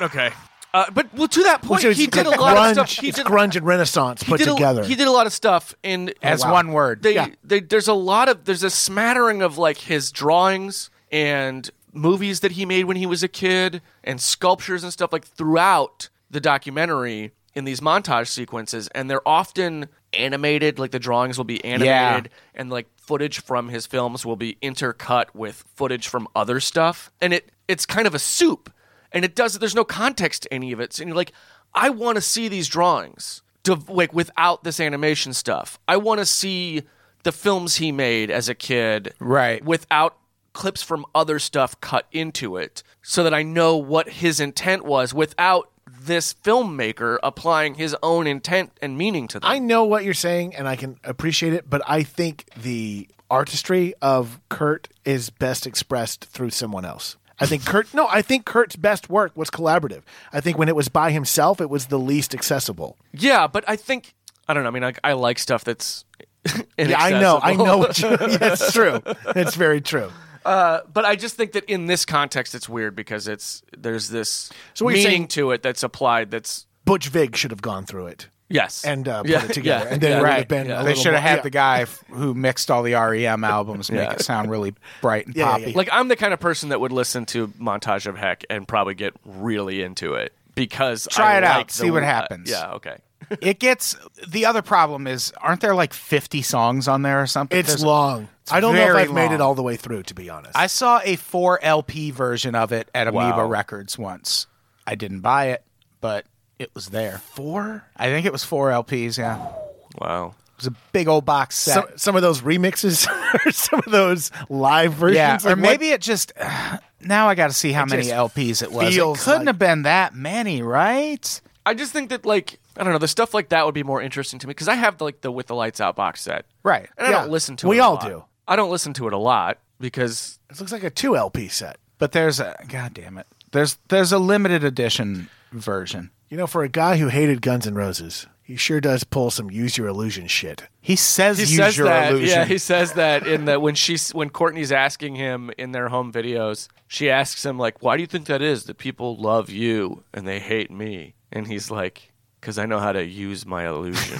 Speaker 4: okay uh, but well to that point
Speaker 3: Which is
Speaker 4: he did a
Speaker 3: like
Speaker 4: lot
Speaker 3: grunge,
Speaker 4: of stuff he
Speaker 3: it's
Speaker 4: did
Speaker 3: grunge and renaissance
Speaker 4: he
Speaker 3: put
Speaker 4: did a-
Speaker 3: together.
Speaker 4: he did a lot of stuff and
Speaker 2: as one word.
Speaker 4: they,
Speaker 3: Yeah.
Speaker 4: they there's a lot of there's a smattering of like his drawings and movies that he made when he was a kid and sculptures and stuff like throughout the documentary in these montage sequences and they're often animated like the drawings will be animated and like footage from his films will be intercut with footage from other stuff and it it's kind of a soup and it does there's no context to any of it so you're like i want to see these drawings to, like without this animation stuff i want to see the films he made as a kid
Speaker 2: Right.
Speaker 4: without clips from other stuff cut into it so that i know what his intent was without this filmmaker applying his own intent and meaning to them
Speaker 3: I know what you're saying, and I can appreciate it, but I think the artistry of Kurt is best expressed through someone else. I think Kurt. No, I think Kurt's best work was collaborative. I think when it was by himself, it was the least accessible.
Speaker 4: yeah but i think i don't know i mean i, I like stuff that's *laughs*
Speaker 3: Yeah, I know. I
Speaker 4: inaccessible.
Speaker 3: know what
Speaker 2: *laughs*
Speaker 3: you. That's true. It's very true.
Speaker 4: but I just think that in this context, it's weird because it's there's this
Speaker 3: So what you're
Speaker 4: meaning
Speaker 3: saying-
Speaker 4: to it that's applied. That's
Speaker 3: Butch Vig should have gone through it
Speaker 4: yes,
Speaker 3: and uh, put
Speaker 4: Yeah,
Speaker 3: it together,
Speaker 4: yeah,
Speaker 3: and then
Speaker 4: yeah.
Speaker 3: it would have
Speaker 2: Right.
Speaker 3: been. a
Speaker 2: They
Speaker 3: little
Speaker 2: should have
Speaker 3: more-
Speaker 2: had
Speaker 3: yeah.
Speaker 2: the guy f- who mixed all the REM albums make
Speaker 4: *laughs* Yeah.
Speaker 2: it sound really bright and
Speaker 3: Yeah, yeah,
Speaker 2: poppy.
Speaker 3: yeah.
Speaker 4: Like I'm the kind of person that would listen to montage of heck and probably get really into it because
Speaker 2: Try
Speaker 4: I
Speaker 2: it out,
Speaker 4: like the- uh,
Speaker 2: see what happens.
Speaker 4: yeah, okay.
Speaker 3: *laughs*
Speaker 2: It gets the other problem is aren't there like 50 songs on there or something?
Speaker 3: It's
Speaker 2: There's-
Speaker 3: long. I don't know if
Speaker 2: very
Speaker 3: I've made
Speaker 2: long.
Speaker 3: it all the way through, to be honest.
Speaker 2: I saw a 4 LP version of it at Amoeba
Speaker 4: Wow.
Speaker 2: Records once. I didn't buy it, but it was there. 4? I think it was 4 LPs, yeah. It
Speaker 4: Wow.
Speaker 2: was a big old box set.
Speaker 3: some, some of those remixes, *laughs* or some of those live versions,
Speaker 2: yeah, or
Speaker 3: like, what-
Speaker 2: maybe it just *sighs* now I got to see how many
Speaker 3: just
Speaker 2: LPs it was. It
Speaker 3: feels
Speaker 2: couldn't
Speaker 3: like-
Speaker 2: have been that many, right?
Speaker 4: I just think that like I don't know the stuff like that would be more interesting to me because I have like the with the lights out box set
Speaker 2: Right.
Speaker 4: and I
Speaker 3: Yeah.
Speaker 4: don't listen to
Speaker 3: We
Speaker 4: it. a
Speaker 3: all
Speaker 4: lot.
Speaker 3: do.
Speaker 4: I don't listen to it a lot because
Speaker 3: It looks like a two LP set.
Speaker 2: But there's a god damn it. There's there's a limited edition version.
Speaker 3: You know, for a guy who hated Guns N' Roses, he sure does pull some use your illusion shit.
Speaker 2: He says
Speaker 4: he
Speaker 2: use
Speaker 4: says
Speaker 2: your
Speaker 4: that.
Speaker 2: illusion.
Speaker 4: Yeah, he says that in that when she's when Courtney's asking him in their home videos, she asks him like, "Why do you think that is? That people love you and they hate me?" And he's like, "Cause I know how to use my
Speaker 2: *laughs*
Speaker 4: illusion."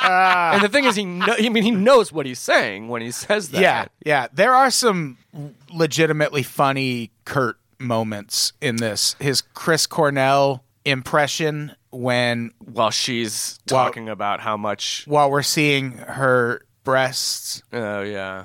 Speaker 4: and the thing is, he kno- I mean, he knows what he's saying when he says that.
Speaker 2: yeah, yeah. There are some legitimately funny Kurt moments in this. His Chris Cornell impression when
Speaker 4: While she's
Speaker 2: Well-
Speaker 4: talking about how much,
Speaker 2: while we're seeing her breasts.
Speaker 4: oh yeah,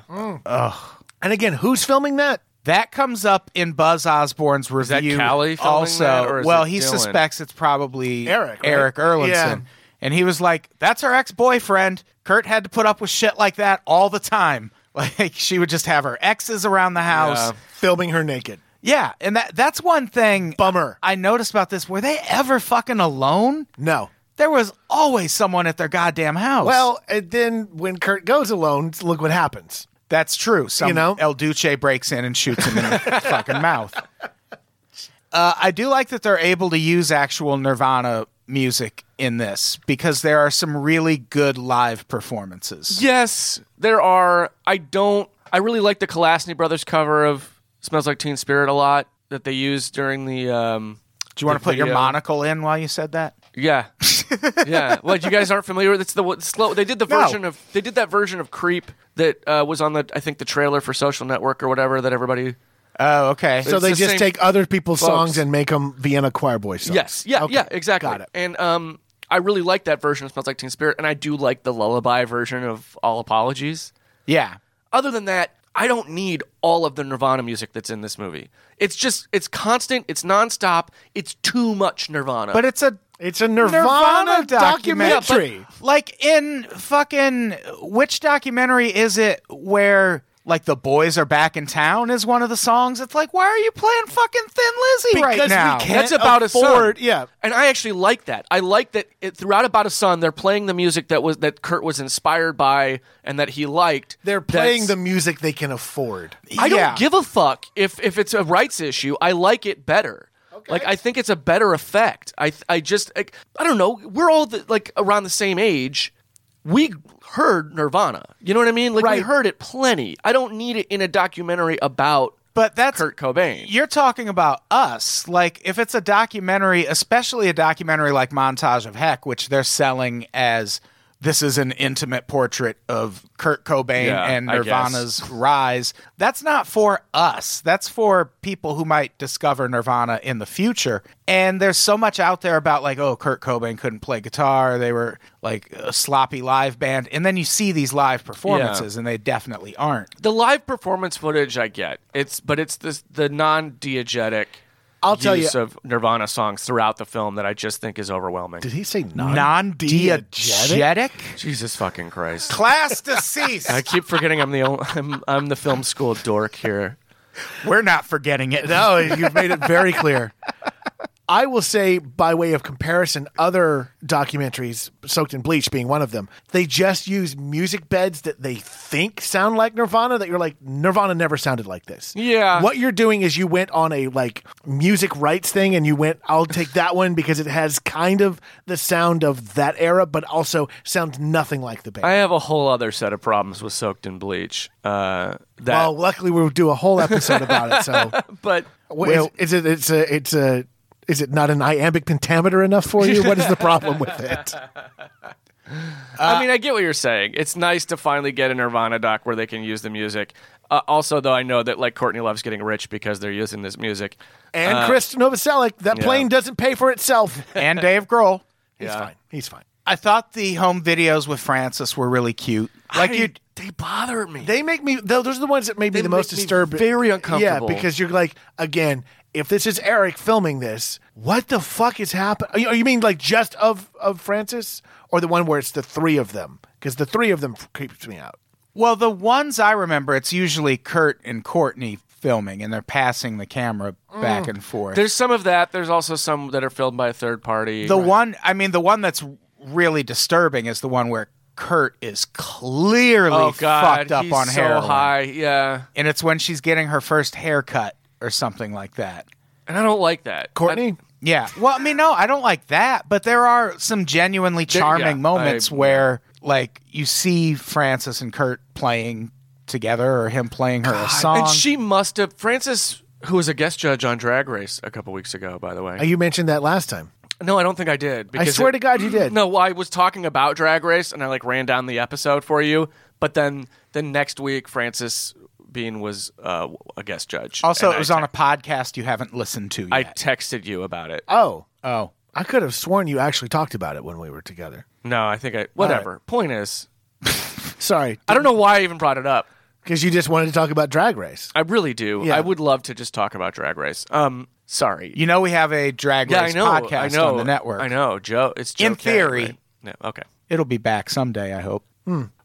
Speaker 3: And again, who's filming that?
Speaker 2: That comes up in Buz Osborne's review.
Speaker 4: that Callie filming
Speaker 2: also,
Speaker 4: that, or is
Speaker 2: well,
Speaker 4: it
Speaker 2: he
Speaker 4: Dylan?
Speaker 2: suspects it's probably
Speaker 3: Eric, right?
Speaker 2: Eric Erlinson.
Speaker 3: Yeah.
Speaker 2: And he was like, "That's her ex-boyfriend. Kurt had to put up with shit like that all the time. *laughs* Like she would just have her exes around the house.
Speaker 3: Filming her naked.
Speaker 2: Yeah, and that that's one thing
Speaker 3: Bummer.
Speaker 2: I noticed about this. Were they ever fucking alone?
Speaker 3: No.
Speaker 2: There was always someone at their goddamn house.
Speaker 3: Well, and then when Kurt goes alone, look what happens.
Speaker 2: that's true. Some
Speaker 3: you know?
Speaker 2: El Duce breaks in and shoots him in the *laughs* fucking mouth. Uh, I do like that they're able to use actual Nirvana music in this because there are some really good live performances.
Speaker 4: Yes, there are. I don't. I really like the Kalasny Brothers cover of Smells Like Teen Spirit a lot that they use during the. Um,
Speaker 2: Do you want to
Speaker 4: the
Speaker 2: put your
Speaker 4: video.
Speaker 2: monocle in while you said that?
Speaker 3: *laughs*
Speaker 4: Yeah, yeah. Well, you guys aren't familiar with it's the one- slow. They did the
Speaker 2: No.
Speaker 4: version of they did that version of Creep that uh, was on the I think the trailer for Social Network or whatever that everybody.
Speaker 2: Oh, okay.
Speaker 3: So
Speaker 4: It's
Speaker 3: they
Speaker 4: the
Speaker 3: just
Speaker 4: same
Speaker 3: take other people's
Speaker 4: folks.
Speaker 3: songs and make them Vienna choir boy songs.
Speaker 4: Yes, yeah,
Speaker 3: Okay.
Speaker 4: yeah, exactly.
Speaker 3: Got it.
Speaker 4: And um, I really like that version of Smells Like Teen Spirit, and I do like the lullaby version of All Apologies.
Speaker 2: yeah.
Speaker 4: other than that, I don't need all of the Nirvana music that's in this movie. It's just it's constant, it's nonstop, it's too much Nirvana.
Speaker 2: But it's a
Speaker 3: It's a Nirvana, documentary.
Speaker 2: Like in fucking which documentary is it where like the boys are back in town is one of the songs? It's like why are you playing fucking Thin Lizzy right
Speaker 3: Because we
Speaker 2: now?
Speaker 3: can't-
Speaker 4: that's about a
Speaker 3: afford-
Speaker 4: son.
Speaker 3: yeah.
Speaker 4: and I actually like that. I like that it, throughout about a son, they're playing the music that was that Kurt was inspired by and that he liked.
Speaker 3: They're playing
Speaker 4: That's-
Speaker 3: the music they can afford.
Speaker 4: I don't
Speaker 2: Yeah.
Speaker 4: give a fuck if if it's a rights issue. I like it better. Like I think it's a better effect. I I just I, I don't know. We're all the, like around the same age. We heard Nirvana. You know what I mean? Like we
Speaker 3: Right.
Speaker 4: heard it plenty. I don't need it in a documentary about
Speaker 2: But that's
Speaker 4: Kurt Cobain.
Speaker 2: You're talking about us. Like if it's a documentary, especially a documentary like Montage of Heck, which they're selling as this is an intimate portrait of Kurt Cobain
Speaker 4: Yeah,
Speaker 2: and
Speaker 4: I guess.
Speaker 2: Nirvana's rise. That's not for us. That's for people who might discover Nirvana in the future. And there's so much out there about like, oh, Kurt Cobain couldn't play guitar. They were like a sloppy live band. And then you see these live performances, and they definitely aren't.
Speaker 4: the live performance footage. I get it's, but it's this the non diegetic.
Speaker 3: I'll tell
Speaker 4: use
Speaker 3: you-
Speaker 4: of Nirvana songs throughout the film that I just think is overwhelming.
Speaker 3: Did he say non?
Speaker 2: Non-diegetic.
Speaker 4: Jesus fucking
Speaker 2: *laughs*
Speaker 4: Christ!
Speaker 2: Class deceased.
Speaker 4: I keep forgetting I'm the only, I'm, I'm the film school dork here.
Speaker 2: We're not forgetting it.
Speaker 3: No, you've made it very clear. I will say, by way of comparison, other documentaries, Soaked in Bleach being one of them, they just use music beds that they think sound like Nirvana that you're like, Nirvana never sounded like this.
Speaker 4: Yeah.
Speaker 3: What you're doing is you went on a like music rights thing and you went, I'll take that one because it has kind of the sound of that era, but also sounds nothing like the band.
Speaker 4: I have a whole other set of problems with soaked in bleach. Uh, that,
Speaker 3: well, uh, luckily we'll do a whole episode about it. So
Speaker 4: *laughs* but
Speaker 3: Well, is, is it it's a it's a is it not an iambic pentameter enough for you? What is the problem *laughs* with it?
Speaker 4: I mean, I get what you're saying. It's nice to finally get a Nirvana doc where they can use the music. Uh, also, though, I know that like Courtney loves getting rich because they're using this music.
Speaker 3: And Chris Novoselic, that
Speaker 4: Uh, yeah.
Speaker 3: plane doesn't pay for itself.
Speaker 2: And Dave Grohl.
Speaker 3: He's
Speaker 4: Yeah.
Speaker 3: fine. He's fine.
Speaker 2: I thought the home videos with Francis were really cute. Like
Speaker 4: I-
Speaker 2: you,
Speaker 4: they bother me.
Speaker 3: They make me though. Those are the ones that made me
Speaker 4: They
Speaker 3: the most
Speaker 4: make me
Speaker 3: disturbed.
Speaker 4: very uncomfortable.
Speaker 3: Yeah, because you're like, again, if this is Eric filming this, what the fuck is happening? You mean like just of of Francis, or the one where it's the three of them? Because the three of them creeps me out.
Speaker 2: well, the ones I remember, it's usually Kurt and Courtney filming, and they're passing the camera back and forth.
Speaker 4: There's some of that. There's also some that are filmed by a third party.
Speaker 2: the one, I mean, the one that's really disturbing is the one where Kurt is clearly
Speaker 4: oh god,
Speaker 2: fucked up
Speaker 4: he's
Speaker 2: on
Speaker 4: so
Speaker 2: heroin,
Speaker 4: high. Yeah,
Speaker 2: and it's when she's getting her first haircut or something like that.
Speaker 4: and I don't like that.
Speaker 3: Courtney,
Speaker 2: Yeah. Well, I mean, no, I don't like that, but there are some genuinely charming
Speaker 4: yeah,
Speaker 2: moments
Speaker 4: I-
Speaker 2: where, like, you see Francis and Kurt playing together or him playing her a song.
Speaker 4: And she must have Francis, who was a guest judge on Drag Race a couple weeks ago, by the way.
Speaker 3: uh, you mentioned that last time.
Speaker 4: no, I don't think I did.
Speaker 3: I
Speaker 4: Because
Speaker 3: swear
Speaker 4: it-
Speaker 3: to God, you did.
Speaker 4: No, well, I was talking about Drag Race, and I like ran down the episode for you. But then the next week, Francis Bean was uh, a guest judge.
Speaker 2: also,
Speaker 4: and
Speaker 2: it was
Speaker 4: I
Speaker 2: on a podcast you haven't listened to
Speaker 4: I
Speaker 2: yet.
Speaker 4: texted you about it.
Speaker 3: Oh,
Speaker 2: oh.
Speaker 3: I could have sworn you actually talked about it when we were together.
Speaker 4: No, I think I. Whatever. Point is,
Speaker 3: Sorry,
Speaker 4: I don't know why I even brought it up.
Speaker 3: because you just wanted to talk about Drag Race.
Speaker 4: I really do.
Speaker 3: Yeah.
Speaker 4: I would love to just talk about Drag Race. Um, sorry.
Speaker 2: You know, we have a drag
Speaker 4: yeah, I
Speaker 2: race
Speaker 4: know.
Speaker 2: podcast
Speaker 4: I know.
Speaker 2: on the network.
Speaker 4: I know. Joe. It's Joe
Speaker 2: In
Speaker 4: Kennedy,
Speaker 2: theory.
Speaker 4: right? No. Okay.
Speaker 2: It'll be back someday, I hope.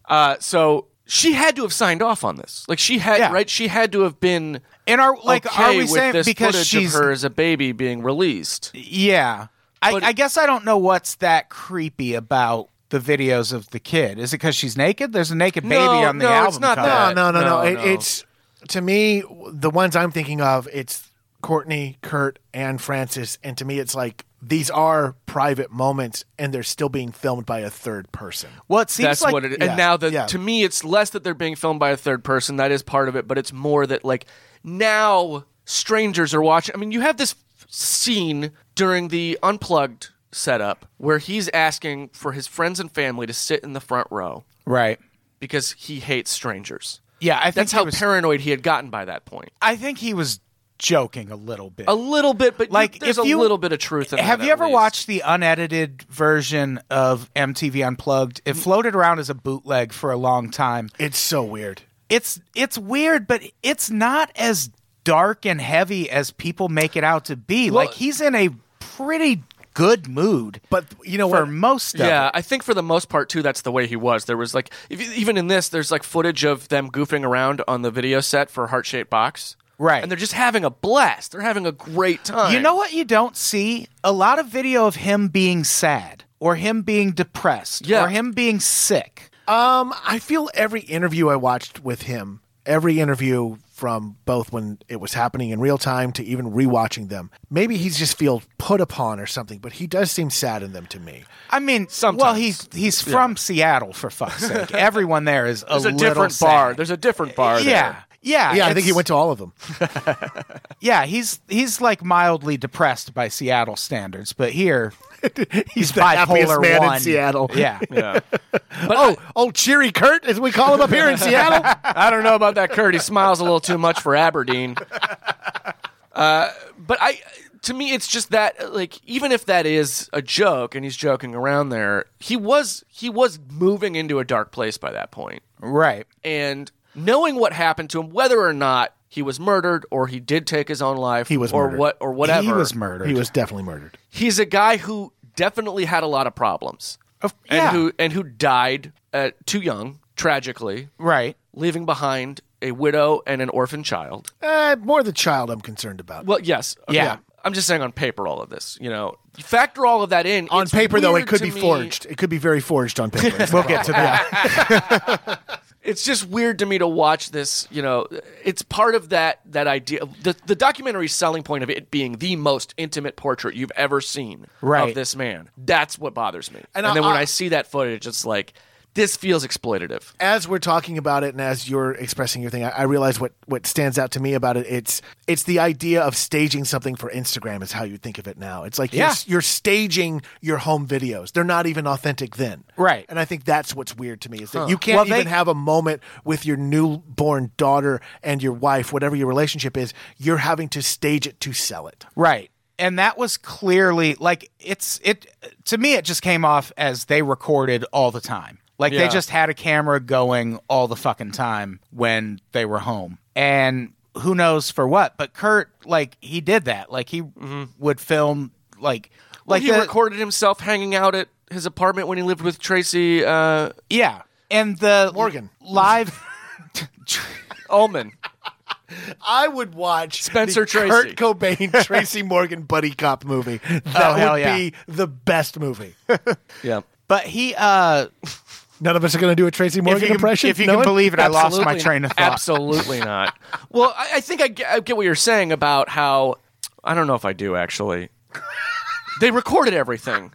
Speaker 4: Uh, so she had to have signed off on this. Like she had,
Speaker 2: Yeah.
Speaker 4: right? She had to have been
Speaker 2: And are, like,
Speaker 4: okay
Speaker 2: are we
Speaker 4: with
Speaker 2: saying
Speaker 4: this
Speaker 2: because
Speaker 4: footage
Speaker 2: she's.
Speaker 4: of her as a baby being released.
Speaker 2: yeah. I,
Speaker 4: But-
Speaker 2: I guess I don't know what's that creepy about the videos of the kid. Is it because she's naked? There's a naked baby
Speaker 4: No,
Speaker 2: on the
Speaker 4: no, it's
Speaker 2: album
Speaker 3: Uh,
Speaker 4: not
Speaker 2: cover.
Speaker 4: that.
Speaker 3: no, no, no, no.
Speaker 4: No,
Speaker 3: It,
Speaker 4: no.
Speaker 3: It's to me the ones I'm thinking of. It's Courtney, Kurt, and Francis. And to me, it's like these are private moments, and they're still being filmed by a third person.
Speaker 2: Well, it seems
Speaker 4: That's
Speaker 2: like
Speaker 4: what it is.
Speaker 3: yeah,
Speaker 4: and now the
Speaker 3: yeah.
Speaker 4: to me it's less that they're being filmed by a third person, that is part of it, but it's more that like now strangers are watching. I mean, you have this scene during the unplugged setup where he's asking for his friends and family to sit in the front row
Speaker 2: right.
Speaker 4: because he hates strangers.
Speaker 2: Yeah, I think
Speaker 4: That's
Speaker 2: he
Speaker 4: how
Speaker 2: was-
Speaker 4: paranoid he had gotten by that point.
Speaker 2: I think he was joking a little bit.
Speaker 4: A little bit, but
Speaker 2: Like,
Speaker 4: like there's
Speaker 2: if
Speaker 4: a
Speaker 2: you-
Speaker 4: little bit of truth in
Speaker 2: Have
Speaker 4: that
Speaker 2: you
Speaker 4: at
Speaker 2: ever
Speaker 4: least.
Speaker 2: watched the unedited version of MTV Unplugged?
Speaker 4: Mm.
Speaker 2: It floated around as a bootleg for a long time.
Speaker 3: It's so weird.
Speaker 2: It's it's weird, but it's not as dark and heavy as people make it out to be. like he's in a pretty good mood,
Speaker 3: But you know
Speaker 2: for
Speaker 3: what?
Speaker 2: most of
Speaker 4: Yeah,
Speaker 2: it.
Speaker 4: I think for the most part too, that's the way he was. There was like, if, you- even in this, there's like footage of them goofing around on the video set for Heart Shaped Box,
Speaker 2: Right.
Speaker 4: And they're just having a blast. They're having a great time.
Speaker 2: You know what you don't see? A lot of video of him being sad or him being depressed
Speaker 4: Yeah.
Speaker 2: or him being sick.
Speaker 3: Um, I feel every interview I watched with him, every interview from both when it was happening in real time to even rewatching them. Maybe he's just feel put upon or something, but he does seem sad in them to me.
Speaker 2: I mean, well, he's he's from Seattle for fuck's
Speaker 3: *laughs*
Speaker 2: sake. Everyone there is a,
Speaker 4: There's a,
Speaker 2: little
Speaker 4: different bar.
Speaker 2: sad.
Speaker 4: There's a different bar.
Speaker 2: yeah,
Speaker 4: there.
Speaker 2: yeah,
Speaker 3: Yeah, I think he
Speaker 2: Ah, it's-
Speaker 3: went to all of them. *laughs*
Speaker 2: Yeah, he's he's like mildly depressed by Seattle standards, but
Speaker 3: *laughs*
Speaker 2: here he's
Speaker 3: the
Speaker 2: bipolar
Speaker 3: happiest man in
Speaker 2: one.
Speaker 3: Seattle. *laughs*
Speaker 2: Yeah,
Speaker 3: oh, oh, cheery Kurt, as we call him
Speaker 2: *laughs*
Speaker 3: up
Speaker 4: *laughs*
Speaker 3: here in Seattle.
Speaker 4: I don't know about that, Kurt. He smiles a little too much for Aberdeen. Uh, but I, to me, it's just that like even if that is a joke and he's joking around there, he was he was moving into a dark place by that point.
Speaker 2: right.
Speaker 4: and knowing what happened to him, whether or not he was murdered or he did take his own life,
Speaker 3: He was
Speaker 4: or
Speaker 3: murdered.
Speaker 4: what or whatever.
Speaker 2: He was murdered.
Speaker 3: He was definitely murdered.
Speaker 4: He's a guy who definitely had a lot of problems,
Speaker 2: Of-
Speaker 4: and
Speaker 2: yeah.
Speaker 4: who and who died uh, too young, tragically,
Speaker 2: right.
Speaker 4: leaving behind a widow and an orphan child.
Speaker 3: Uh, more the child I'm concerned about.
Speaker 4: Well, yes,
Speaker 2: Yeah.
Speaker 4: I'm just saying on paper, all of this, you know, You factor all of that in.
Speaker 3: on
Speaker 4: It's
Speaker 3: paper, though,
Speaker 4: weird
Speaker 3: it could
Speaker 4: to
Speaker 3: be
Speaker 4: me-
Speaker 3: forged. It could be very forged on paper.
Speaker 2: *laughs* We'll get to that.
Speaker 4: it's just weird to me to watch this you know it's part of that that idea the, the documentary selling point of it being the most intimate portrait you've ever seen
Speaker 2: Right.
Speaker 4: of this man that's what bothers me
Speaker 3: And
Speaker 4: and,
Speaker 3: I-
Speaker 4: then when
Speaker 3: I-
Speaker 4: i see that footage it's like this feels exploitative
Speaker 3: as we're talking about it and as you're expressing your thing, I, I realize what, what stands out to me about it. It's it's the idea of staging something for Instagram is how you think of it now. It's like
Speaker 2: Yeah.
Speaker 3: you're, you're staging your home videos. They're not even authentic then,
Speaker 2: Right.
Speaker 3: And I think that's what's weird to me is that you can't
Speaker 2: Well, they-
Speaker 3: even have a moment with your newborn daughter and your wife, whatever your relationship is. You're having to stage it to sell it.
Speaker 2: Right. And that was clearly like it's it to me it just came off as they recorded all the time. Like they
Speaker 4: Yeah.
Speaker 2: just had a camera going all the fucking time when they were home. And who knows for what, but Kurt like he did that. Like he
Speaker 3: Mm-hmm.
Speaker 2: would film like
Speaker 4: like
Speaker 2: like
Speaker 4: he
Speaker 2: the-
Speaker 4: recorded himself hanging out at his apartment when he lived with tracy uh,
Speaker 2: Yeah. And the
Speaker 3: Morgan.
Speaker 2: live *laughs*
Speaker 3: *laughs*
Speaker 4: ullman
Speaker 3: I would watch
Speaker 4: Spencer
Speaker 3: the
Speaker 4: Tracy.
Speaker 3: Kurt Cobain, *laughs* Tracy Morgan buddy cop movie. That
Speaker 2: Oh, hell
Speaker 3: would
Speaker 2: yeah.
Speaker 3: be the best movie.
Speaker 4: yeah
Speaker 2: but he uh
Speaker 3: None of us are going to do a Tracy Morgan
Speaker 2: if you can,
Speaker 3: impression.
Speaker 2: if you
Speaker 3: No
Speaker 2: can
Speaker 3: one?
Speaker 2: believe it, I lost my
Speaker 4: Absolutely-
Speaker 2: train of thought.
Speaker 4: Absolutely not. well, I, I think I get, I get what you're saying about how I don't know if I do actually. they recorded everything.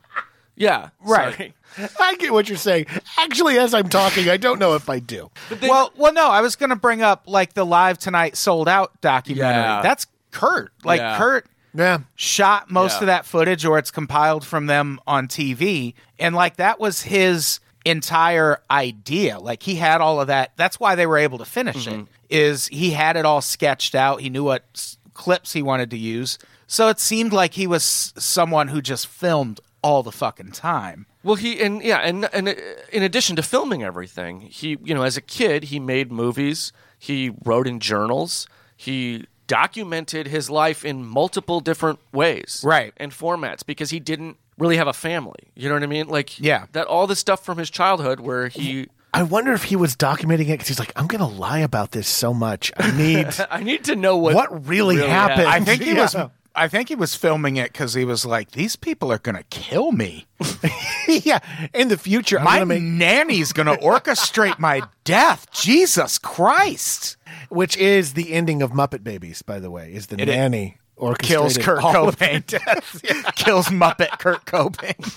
Speaker 4: Yeah,
Speaker 2: Right.
Speaker 4: sorry.
Speaker 3: *laughs* I get what you're saying. Actually, as I'm talking, I don't know if I do.
Speaker 2: well, well, no, I was going to bring up like the live tonight sold out documentary.
Speaker 4: Yeah.
Speaker 2: That's Kurt. Like
Speaker 4: Yeah.
Speaker 2: Kurt
Speaker 3: Yeah,
Speaker 2: shot most
Speaker 4: Yeah.
Speaker 2: of that footage, or it's compiled from them on TV, and like that was his entire idea. Like he had all of that. That's why they were able to finish
Speaker 4: Mm-hmm.
Speaker 2: it. Is he had it all sketched out? He knew what s- clips he wanted to use, so it seemed like he was s- someone who just filmed all the fucking time.
Speaker 4: Well, he and yeah, and and uh, in addition to filming everything, he you know as a kid he made movies, he wrote in journals, he documented his life in multiple different ways,
Speaker 2: Right.
Speaker 4: and formats because he didn't really have a family. You know what I mean? Like
Speaker 2: Yeah.
Speaker 4: that all the stuff from his childhood where he
Speaker 3: I wonder if he was documenting it because he's like, I'm going to lie about this so much. *laughs* I need
Speaker 4: I need to know what
Speaker 3: what really, happened. *laughs*
Speaker 2: I think he
Speaker 3: Yeah.
Speaker 2: was. I think he was filming it because he was like, "These people are gonna kill me.
Speaker 3: yeah, in the future, I'm
Speaker 2: My
Speaker 3: going to make
Speaker 2: nanny's gonna orchestrate my death. Jesus Christ!"
Speaker 3: which is the ending of Muppet Babies, by the way, is the nanny
Speaker 2: kills
Speaker 3: orchestrated
Speaker 2: Kurt
Speaker 3: all of-
Speaker 2: Cobain. *laughs* Death. Kills Muppet Kurt Cobain.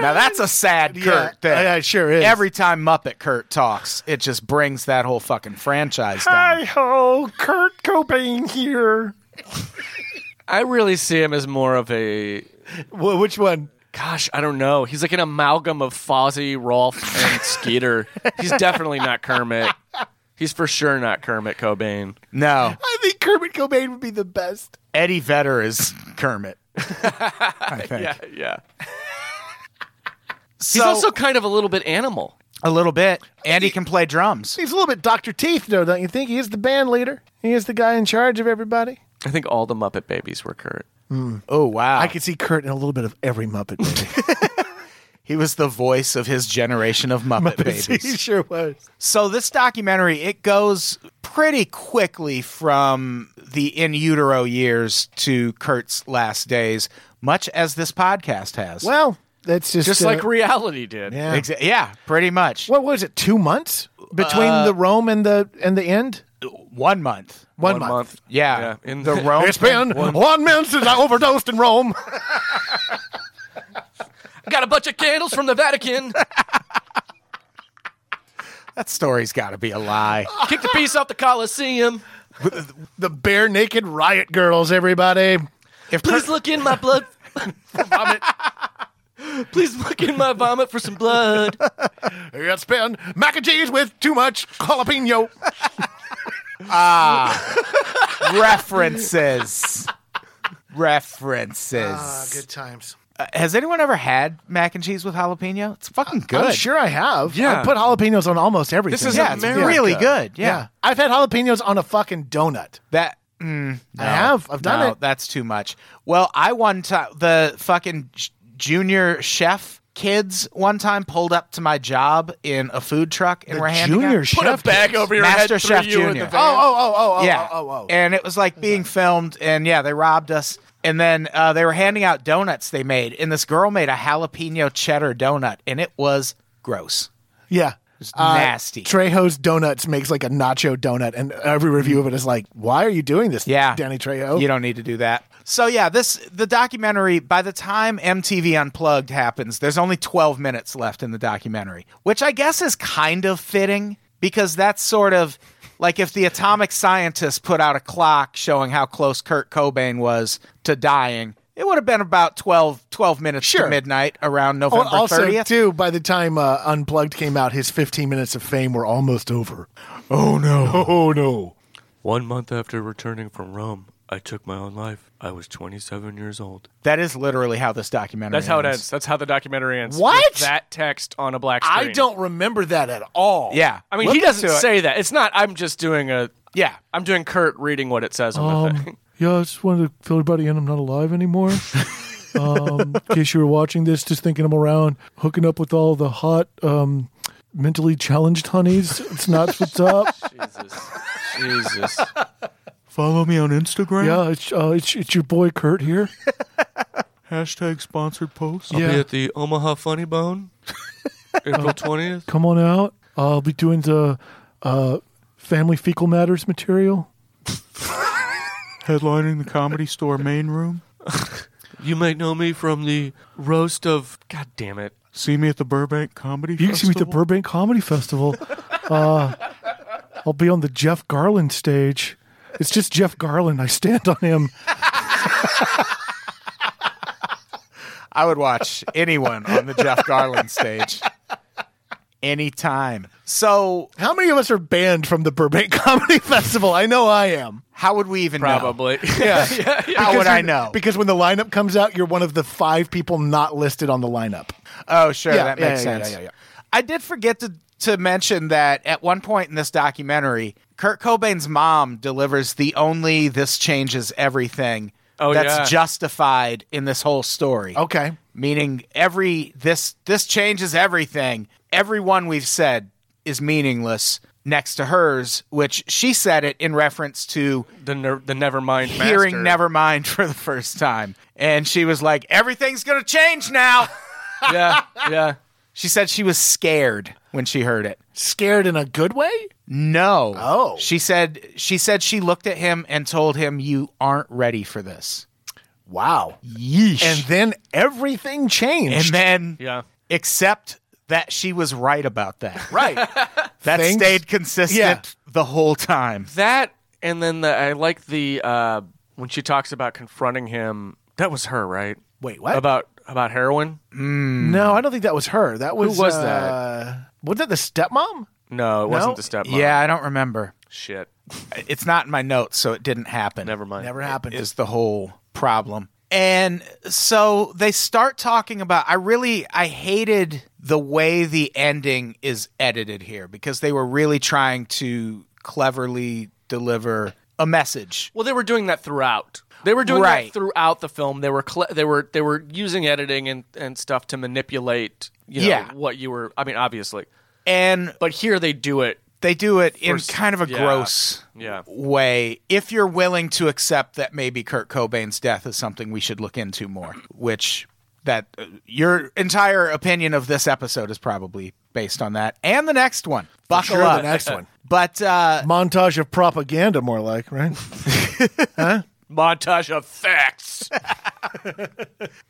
Speaker 2: now that's a sad
Speaker 3: Yeah,
Speaker 2: Kurt thing.
Speaker 3: yeah, it sure is.
Speaker 2: Every time Muppet Kurt talks, it just brings that whole fucking franchise down.
Speaker 3: ho, Kurt Cobain here.
Speaker 4: I really see him as more of a
Speaker 3: Wh- which one?
Speaker 4: gosh, I don't know. He's like an amalgam of Fozzie, Rolf, and Skeeter. He's definitely not Kermit. He's for sure not Kermit Cobain.
Speaker 2: No,
Speaker 3: I think Kermit Cobain would be the best.
Speaker 2: Eddie Vedder is Kermit. I think
Speaker 4: *laughs* yeah.
Speaker 2: so,
Speaker 4: He's also kind of a little bit animal.
Speaker 2: a little bit, and he can play drums.
Speaker 3: He's a little bit Dr. Teeth, though, don't you think? He is the band leader. He is the guy in charge of everybody.
Speaker 4: I think all the Muppet Babies were Kurt.
Speaker 2: Oh wow!
Speaker 3: I could see Kurt in a little bit of every Muppet *laughs* movie.
Speaker 2: he was the voice of his generation of Muppet
Speaker 3: he
Speaker 2: babies.
Speaker 3: sure was.
Speaker 2: *laughs* So this documentary it goes pretty quickly from the in utero years to Kurt's last days, much as this podcast has.
Speaker 3: Well, that's just
Speaker 4: Just
Speaker 3: uh,
Speaker 4: like reality did.
Speaker 3: yeah.
Speaker 2: Exa- yeah, pretty much
Speaker 3: What was it? Two months between the Rome and the and the end.
Speaker 2: one month.
Speaker 3: One,
Speaker 4: One
Speaker 3: month.
Speaker 4: month.
Speaker 2: Yeah,
Speaker 4: Yeah, in
Speaker 2: the
Speaker 4: the-
Speaker 2: Rome.
Speaker 3: *laughs* It's been one. month since I overdosed in Rome. *laughs*
Speaker 4: I got a bunch of candles from the Vatican.
Speaker 2: that story's got to be a
Speaker 3: *laughs*
Speaker 2: lie.
Speaker 4: Kick the piece off the Colosseum.
Speaker 3: the bare naked riot girls, everybody.
Speaker 2: If
Speaker 4: Please
Speaker 2: Kurt-
Speaker 4: look in my blood. vomit. *laughs* Please look in my vomit for some blood.
Speaker 3: It's been mac and cheese with too much jalapeno. *laughs*
Speaker 2: references. references.
Speaker 3: Ah, times.
Speaker 2: Uh, Has anyone ever had mac and cheese with jalapeno? It's fucking good.
Speaker 3: I'm sure I have.
Speaker 4: Yeah.
Speaker 3: I put jalapenos on almost everything.
Speaker 4: is
Speaker 2: Yeah, it's
Speaker 4: America.
Speaker 2: really good. Yeah.
Speaker 3: Yeah. I've had jalapenos on a fucking donut.
Speaker 2: That mm, no.
Speaker 3: I have. I've done
Speaker 2: No,
Speaker 3: it.
Speaker 2: That's too much. Well, I one time the fucking j- junior chef kids one time pulled up to my job in a food truck and were handing
Speaker 3: Junior
Speaker 2: out-
Speaker 3: chef.
Speaker 4: bag over
Speaker 2: Master Chef
Speaker 4: threw you in
Speaker 2: Junior.
Speaker 4: the
Speaker 3: Oh, oh, oh, oh, oh,
Speaker 2: yeah.
Speaker 3: oh, oh, oh.
Speaker 2: And it was like being filmed, and yeah, they robbed us. And then uh, they were handing out donuts they made, and this girl made a jalapeno cheddar donut, and it was gross.
Speaker 3: yeah. Uh,
Speaker 2: nasty.
Speaker 3: Trejo's Donuts makes like a nacho donut, and every review of it is like, "Why are you doing this,
Speaker 2: Yeah.
Speaker 3: Danny Trejo?"
Speaker 2: You don't need to do that. So yeah, this the documentary by the time MTV Unplugged happens, there's only 12 minutes left in the documentary, which I guess is kind of fitting because that's sort of like if the atomic scientists put out a clock showing how close Kurt Cobain was to dying, it would have been about 12, 12 minutes to
Speaker 3: Sure.
Speaker 2: midnight around
Speaker 3: Al-
Speaker 2: November
Speaker 3: Oh, also,
Speaker 2: 30th.
Speaker 3: too, by the time uh, Unplugged came out, his 15 minutes of fame were almost over.
Speaker 5: Oh no.
Speaker 3: *laughs* Oh no!
Speaker 4: One month after returning from Rome, I took my own life. I was 27 years old.
Speaker 2: that is literally how this documentary
Speaker 4: That's how it ends. That's how the documentary ends.
Speaker 3: What?
Speaker 4: With that text on a black screen.
Speaker 3: I don't remember that at all.
Speaker 2: Yeah.
Speaker 4: I mean,
Speaker 2: Look
Speaker 4: he doesn't
Speaker 2: into it.
Speaker 4: say that. It's not. I'm just doing a.
Speaker 2: Yeah.
Speaker 4: I'm doing Kurt reading what it says on the thing.
Speaker 6: Yeah, I just wanted to fill everybody in. I'm not alive anymore. um, in case you were watching this, just thinking I'm around, hooking up with all the hot, um, mentally challenged honeys. It's not what's up.
Speaker 4: Jesus. Jesus.
Speaker 5: Follow me on Instagram.
Speaker 6: Yeah, it's, uh, it's it's your boy Kurt here.
Speaker 5: Hashtag sponsored post.
Speaker 6: Yeah.
Speaker 4: the Omaha Funny Bone, April 20th.
Speaker 6: Come on out. I'll be doing the uh, family fecal matters material.
Speaker 5: Headlining the comedy store main room.
Speaker 4: You might know me from the roast of. God damn it.
Speaker 5: See me at the Burbank Comedy
Speaker 6: You can see me at the
Speaker 5: Festival.
Speaker 6: Burbank Comedy Festival. Uh, I'll be on the Jeff Garland stage. It's just Jeff Garland. I stand on him.
Speaker 2: I would watch anyone on the Jeff Garland stage anytime. So,
Speaker 3: How many of us are banned from the Burbank *laughs* Comedy Festival? I know I am.
Speaker 2: how would we even
Speaker 4: *laughs* *laughs* Probably.
Speaker 3: Yeah.
Speaker 2: know? How would I know?
Speaker 3: Because when the lineup comes out, you're one of the five people not listed on the lineup.
Speaker 2: oh, sure,
Speaker 3: Yeah,
Speaker 2: that
Speaker 3: yeah,
Speaker 2: makes
Speaker 3: yeah,
Speaker 2: sense.
Speaker 3: yeah, yeah, yeah.
Speaker 2: I did forget to to mention that at one point in this documentary, Kurt Cobain's mom delivers the only "This changes everything"
Speaker 4: Oh,
Speaker 2: that's
Speaker 4: yeah.
Speaker 2: justified in this whole story.
Speaker 3: Okay.
Speaker 2: meaning every this this changes everything. Everyone we've said is meaningless next to hers, which she said it in reference to
Speaker 4: the, ner- the Nevermind
Speaker 2: hearing
Speaker 4: master.
Speaker 2: Nevermind for the first time. And she was like, Everything's gonna change now. *laughs*
Speaker 4: Yeah. Yeah.
Speaker 2: she said she was scared. when she heard it.
Speaker 3: Scared in a good way?
Speaker 2: No.
Speaker 3: Oh.
Speaker 2: She said she said she looked at him and told him you aren't ready for this.
Speaker 3: Wow.
Speaker 2: Yeesh.
Speaker 3: And
Speaker 2: And,
Speaker 3: then everything changed.
Speaker 2: and then
Speaker 4: Yeah.
Speaker 2: except that she was right about that.
Speaker 3: *laughs* right.
Speaker 2: That
Speaker 3: Things-
Speaker 2: stayed consistent
Speaker 3: Yeah.
Speaker 2: the whole time.
Speaker 4: That and then the, I like the uh, when she talks about confronting him. That was her, right?
Speaker 3: Wait, what?
Speaker 4: About about heroin?
Speaker 3: no, I don't think that was her. That was
Speaker 4: was
Speaker 3: uh, Was that the stepmom?
Speaker 4: No, it wasn't
Speaker 3: No?
Speaker 4: the stepmom.
Speaker 2: Yeah, I don't remember.
Speaker 4: Shit.
Speaker 2: It's not in my notes, so it didn't happen.
Speaker 4: Never mind.
Speaker 3: Never happened.
Speaker 2: is the whole problem. And so they start talking about I really I hated the way the ending is edited here because they were really trying to cleverly deliver a message.
Speaker 4: Well, they were doing that throughout. They were doing
Speaker 2: Right.
Speaker 4: that throughout the film. They were cle they were they were using editing and, and stuff to manipulate. You know,
Speaker 2: Yeah.
Speaker 4: What you were. I mean, obviously.
Speaker 2: And
Speaker 4: But here they do it.
Speaker 2: they do it in
Speaker 4: First-
Speaker 2: kind of a
Speaker 4: yeah.
Speaker 2: gross
Speaker 4: Yeah.
Speaker 2: way if you're willing to accept that maybe Kurt Cobain's death is something we should look into more, which that uh, your entire opinion of this episode is probably based on that and the next one. Buckle
Speaker 3: sure the
Speaker 2: up.
Speaker 3: next one.
Speaker 2: But uh
Speaker 6: Montage of propaganda, more like, right?
Speaker 4: Montage of
Speaker 2: *laughs*
Speaker 4: facts.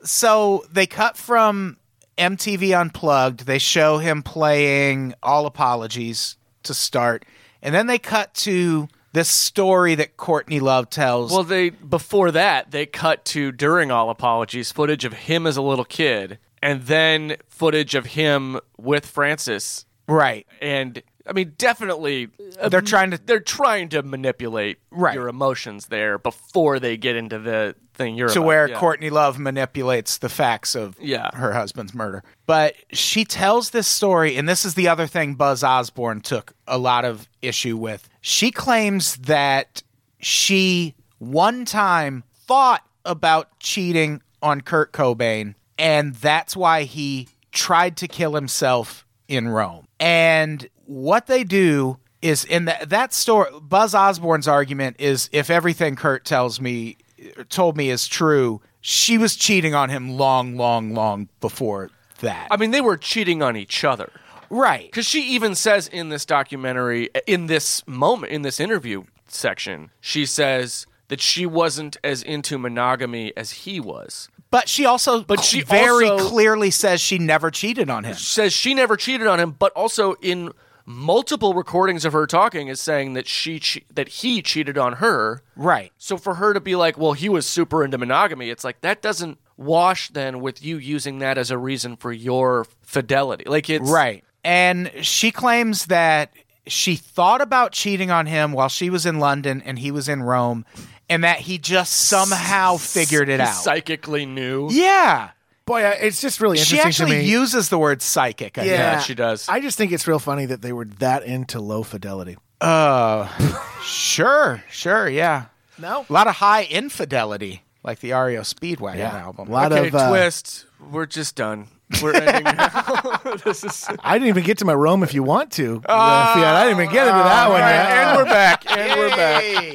Speaker 2: so they cut from MTV Unplugged. They show him playing All Apologies to start, and then they cut to this story that Courtney Love tells.
Speaker 4: well, they before that they cut to during all apologies footage of him as a little kid, and then footage of him with Francis.
Speaker 2: right,
Speaker 4: And I mean, definitely uh,
Speaker 2: They're trying to-
Speaker 4: they're trying to manipulate
Speaker 2: Right.
Speaker 4: your emotions there before they get into the thing you're
Speaker 2: to
Speaker 4: about.
Speaker 2: where
Speaker 4: Yeah.
Speaker 2: Courtney Love manipulates the facts of
Speaker 4: Yeah.
Speaker 2: her husband's murder. But she tells this story, and this is the other thing Buzz Osborne took a lot of issue with. She claims that she one time thought about cheating on Kurt Cobain, and that's why he tried to kill himself in Rome. And what they do is in that that story Buzz Osborne's argument is if everything Kurt tells me told me is true, she was cheating on him long, long, long before that.
Speaker 4: I mean, they were cheating on each other.
Speaker 2: right.
Speaker 4: Because she even says in this documentary, in this moment, in this interview section, she says that she wasn't as into monogamy as he was.
Speaker 2: But she also
Speaker 4: But she
Speaker 2: very
Speaker 4: also-
Speaker 2: clearly says she never cheated on him.
Speaker 4: Says she never cheated on him, but also in multiple recordings of her talking is saying that she che- that he cheated on her.
Speaker 2: Right.
Speaker 4: So for her to be like, well, he was super into monogamy, it's like that doesn't wash then with you using that as a reason for your fidelity. Like it's
Speaker 2: Right. And she claims that she thought about cheating on him while she was in London and he was in Rome and that he just somehow figured it
Speaker 4: he
Speaker 2: out.
Speaker 4: Psychically knew.
Speaker 2: yeah.
Speaker 3: *laughs* Boy, I- it's just really
Speaker 2: She
Speaker 3: interesting to
Speaker 2: actually
Speaker 3: me.
Speaker 2: uses the word psychic. I
Speaker 4: Yeah, she does.
Speaker 3: I just think it's real funny that they were that into low fidelity.
Speaker 2: think. Sure. Sure. Yeah.
Speaker 3: No.
Speaker 2: A lot of high infidelity, like the Ario Speedwagon
Speaker 3: Yeah.
Speaker 2: album.
Speaker 3: A lot
Speaker 4: Okay,
Speaker 3: of uh,
Speaker 4: twist. We're just done. We're ending
Speaker 2: *laughs*
Speaker 4: now. this is
Speaker 3: I didn't even get to my Rome if you want to.
Speaker 4: Oh.
Speaker 3: Uh, Fiat. I didn't even get into that one.
Speaker 2: and we're
Speaker 3: back.
Speaker 2: and we're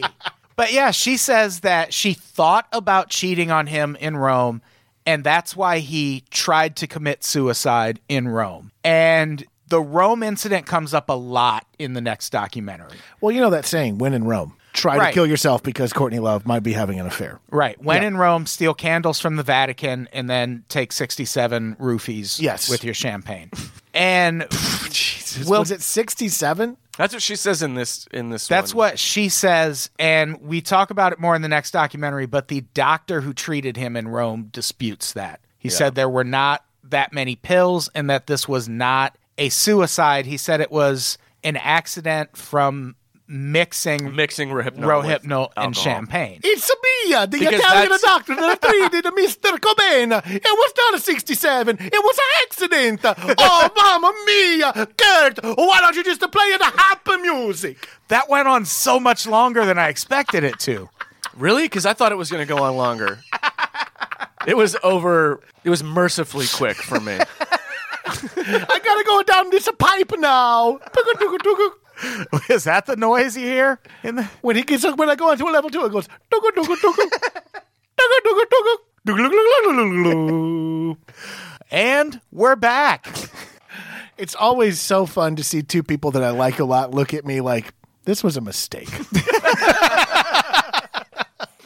Speaker 2: back. But yeah, she says that she thought about cheating on him in Rome, and that's why he tried to commit suicide in Rome. And the Rome incident comes up a lot in the next documentary.
Speaker 3: Well, you know that saying, when in Rome. Try
Speaker 2: Right.
Speaker 3: to kill yourself because Courtney Love might be having an affair.
Speaker 2: Right. When in Rome, steal candles from the Vatican and then take 67 roofies
Speaker 3: Yes.
Speaker 2: with your *laughs* champagne. And
Speaker 3: Well,
Speaker 2: Well-
Speaker 3: was it 67?
Speaker 4: That's what she says in this in this
Speaker 2: That's
Speaker 4: one.
Speaker 2: what she says, and we talk about it more in the next documentary. But the doctor who treated him in Rome disputes that. He said there were not that many pills, and that this was not a suicide. He said it was an accident from mixing
Speaker 4: mixing Rohypnol. with
Speaker 2: Rohypnol and
Speaker 4: alcohol.
Speaker 2: champagne.
Speaker 3: It's me, the Italian
Speaker 4: that's-
Speaker 3: doctor that treated Mr. Cobain. It was not a 67. It was an accident.
Speaker 2: *laughs*
Speaker 3: Oh, mamma mia. Kurt, why don't you just play the happy music?
Speaker 2: That went on so much longer than I expected it to.
Speaker 4: Really? Because I thought it was going to go on longer. it was over. It was mercifully quick for
Speaker 2: *laughs*
Speaker 4: me.
Speaker 3: I gotta go down this pipe now.
Speaker 2: *laughs* Is that the noise you hear? In the-
Speaker 3: When he gets when I go into a level two, it goes. "Tugu,
Speaker 2: *laughs*
Speaker 3: tugu, tugu." Tugu, tugu, tugu. Tugu, tugu, tugu, tugu, tugu.
Speaker 4: *laughs*
Speaker 2: and we're back.
Speaker 3: It's always so fun to see two people that I like a lot look at me like this was a
Speaker 4: *laughs*
Speaker 3: mistake.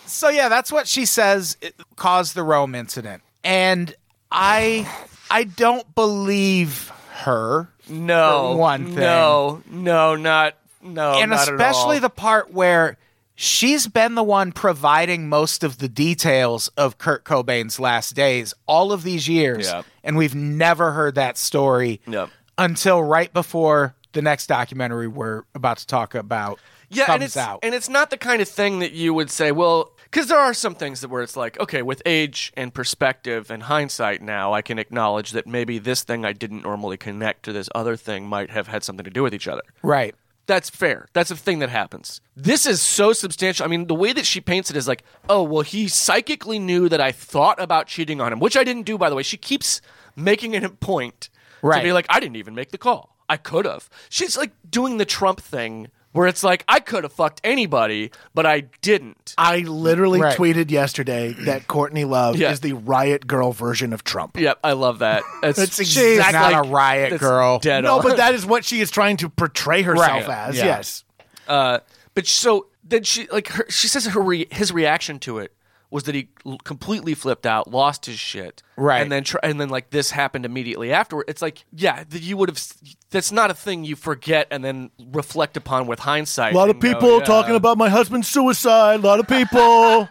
Speaker 2: So yeah, that's what she says it caused the Rome incident. And I I don't believe her.
Speaker 4: No,
Speaker 2: For one thing.
Speaker 4: No, no, not no,
Speaker 2: and
Speaker 4: not at
Speaker 2: especially
Speaker 4: all.
Speaker 2: the part where she's been the one providing most of the details of Kurt Cobain's last days all of these years,
Speaker 4: Yep.
Speaker 2: and we've never heard that story
Speaker 4: Yep.
Speaker 2: until right before the next documentary we're about to talk about
Speaker 4: yeah,
Speaker 2: comes
Speaker 4: and it's
Speaker 2: out.
Speaker 4: and it's not the kind of thing that you would say. Well, because there are some things that where it's like, okay, with age and perspective and hindsight, now I can acknowledge that maybe this thing I didn't normally connect to this other thing might have had something to do with each other.
Speaker 2: right.
Speaker 4: That's fair. That's a thing that happens. This is so substantial. I mean, the way that she paints it is like, oh, well, he psychically knew that I thought about cheating on him, which I didn't do, by the way. She keeps making it a point
Speaker 2: Right.
Speaker 4: to be like, I didn't even make the call. I could have. She's like doing the Trump thing where it's like, I could have fucked anybody, but I didn't.
Speaker 3: I literally
Speaker 2: Right.
Speaker 3: tweeted yesterday that Courtney Love
Speaker 4: Yeah.
Speaker 3: is the riot girl version of Trump.
Speaker 4: Yep, I
Speaker 2: *laughs*
Speaker 4: love that. That's,
Speaker 3: That's
Speaker 2: She's
Speaker 3: exactly-
Speaker 2: not
Speaker 4: like-
Speaker 2: a riot
Speaker 4: that's
Speaker 2: girl.
Speaker 4: Dead
Speaker 3: No,
Speaker 4: on.
Speaker 3: but that is what she is trying to portray herself
Speaker 2: Right.
Speaker 3: as.
Speaker 2: Yeah.
Speaker 3: Yes.
Speaker 4: Uh, but so then she like her, she says her re- his reaction to it was that he l- completely flipped out, lost his shit,
Speaker 2: Right.
Speaker 4: And then tr- and then like this happened immediately afterward. It's like yeah, that you would have. s- That's not a thing you forget and then reflect upon with hindsight.
Speaker 6: A lot of
Speaker 4: and go,
Speaker 6: people
Speaker 4: yeah.
Speaker 6: talking about my husband's suicide. A lot
Speaker 3: *laughs*
Speaker 6: of people.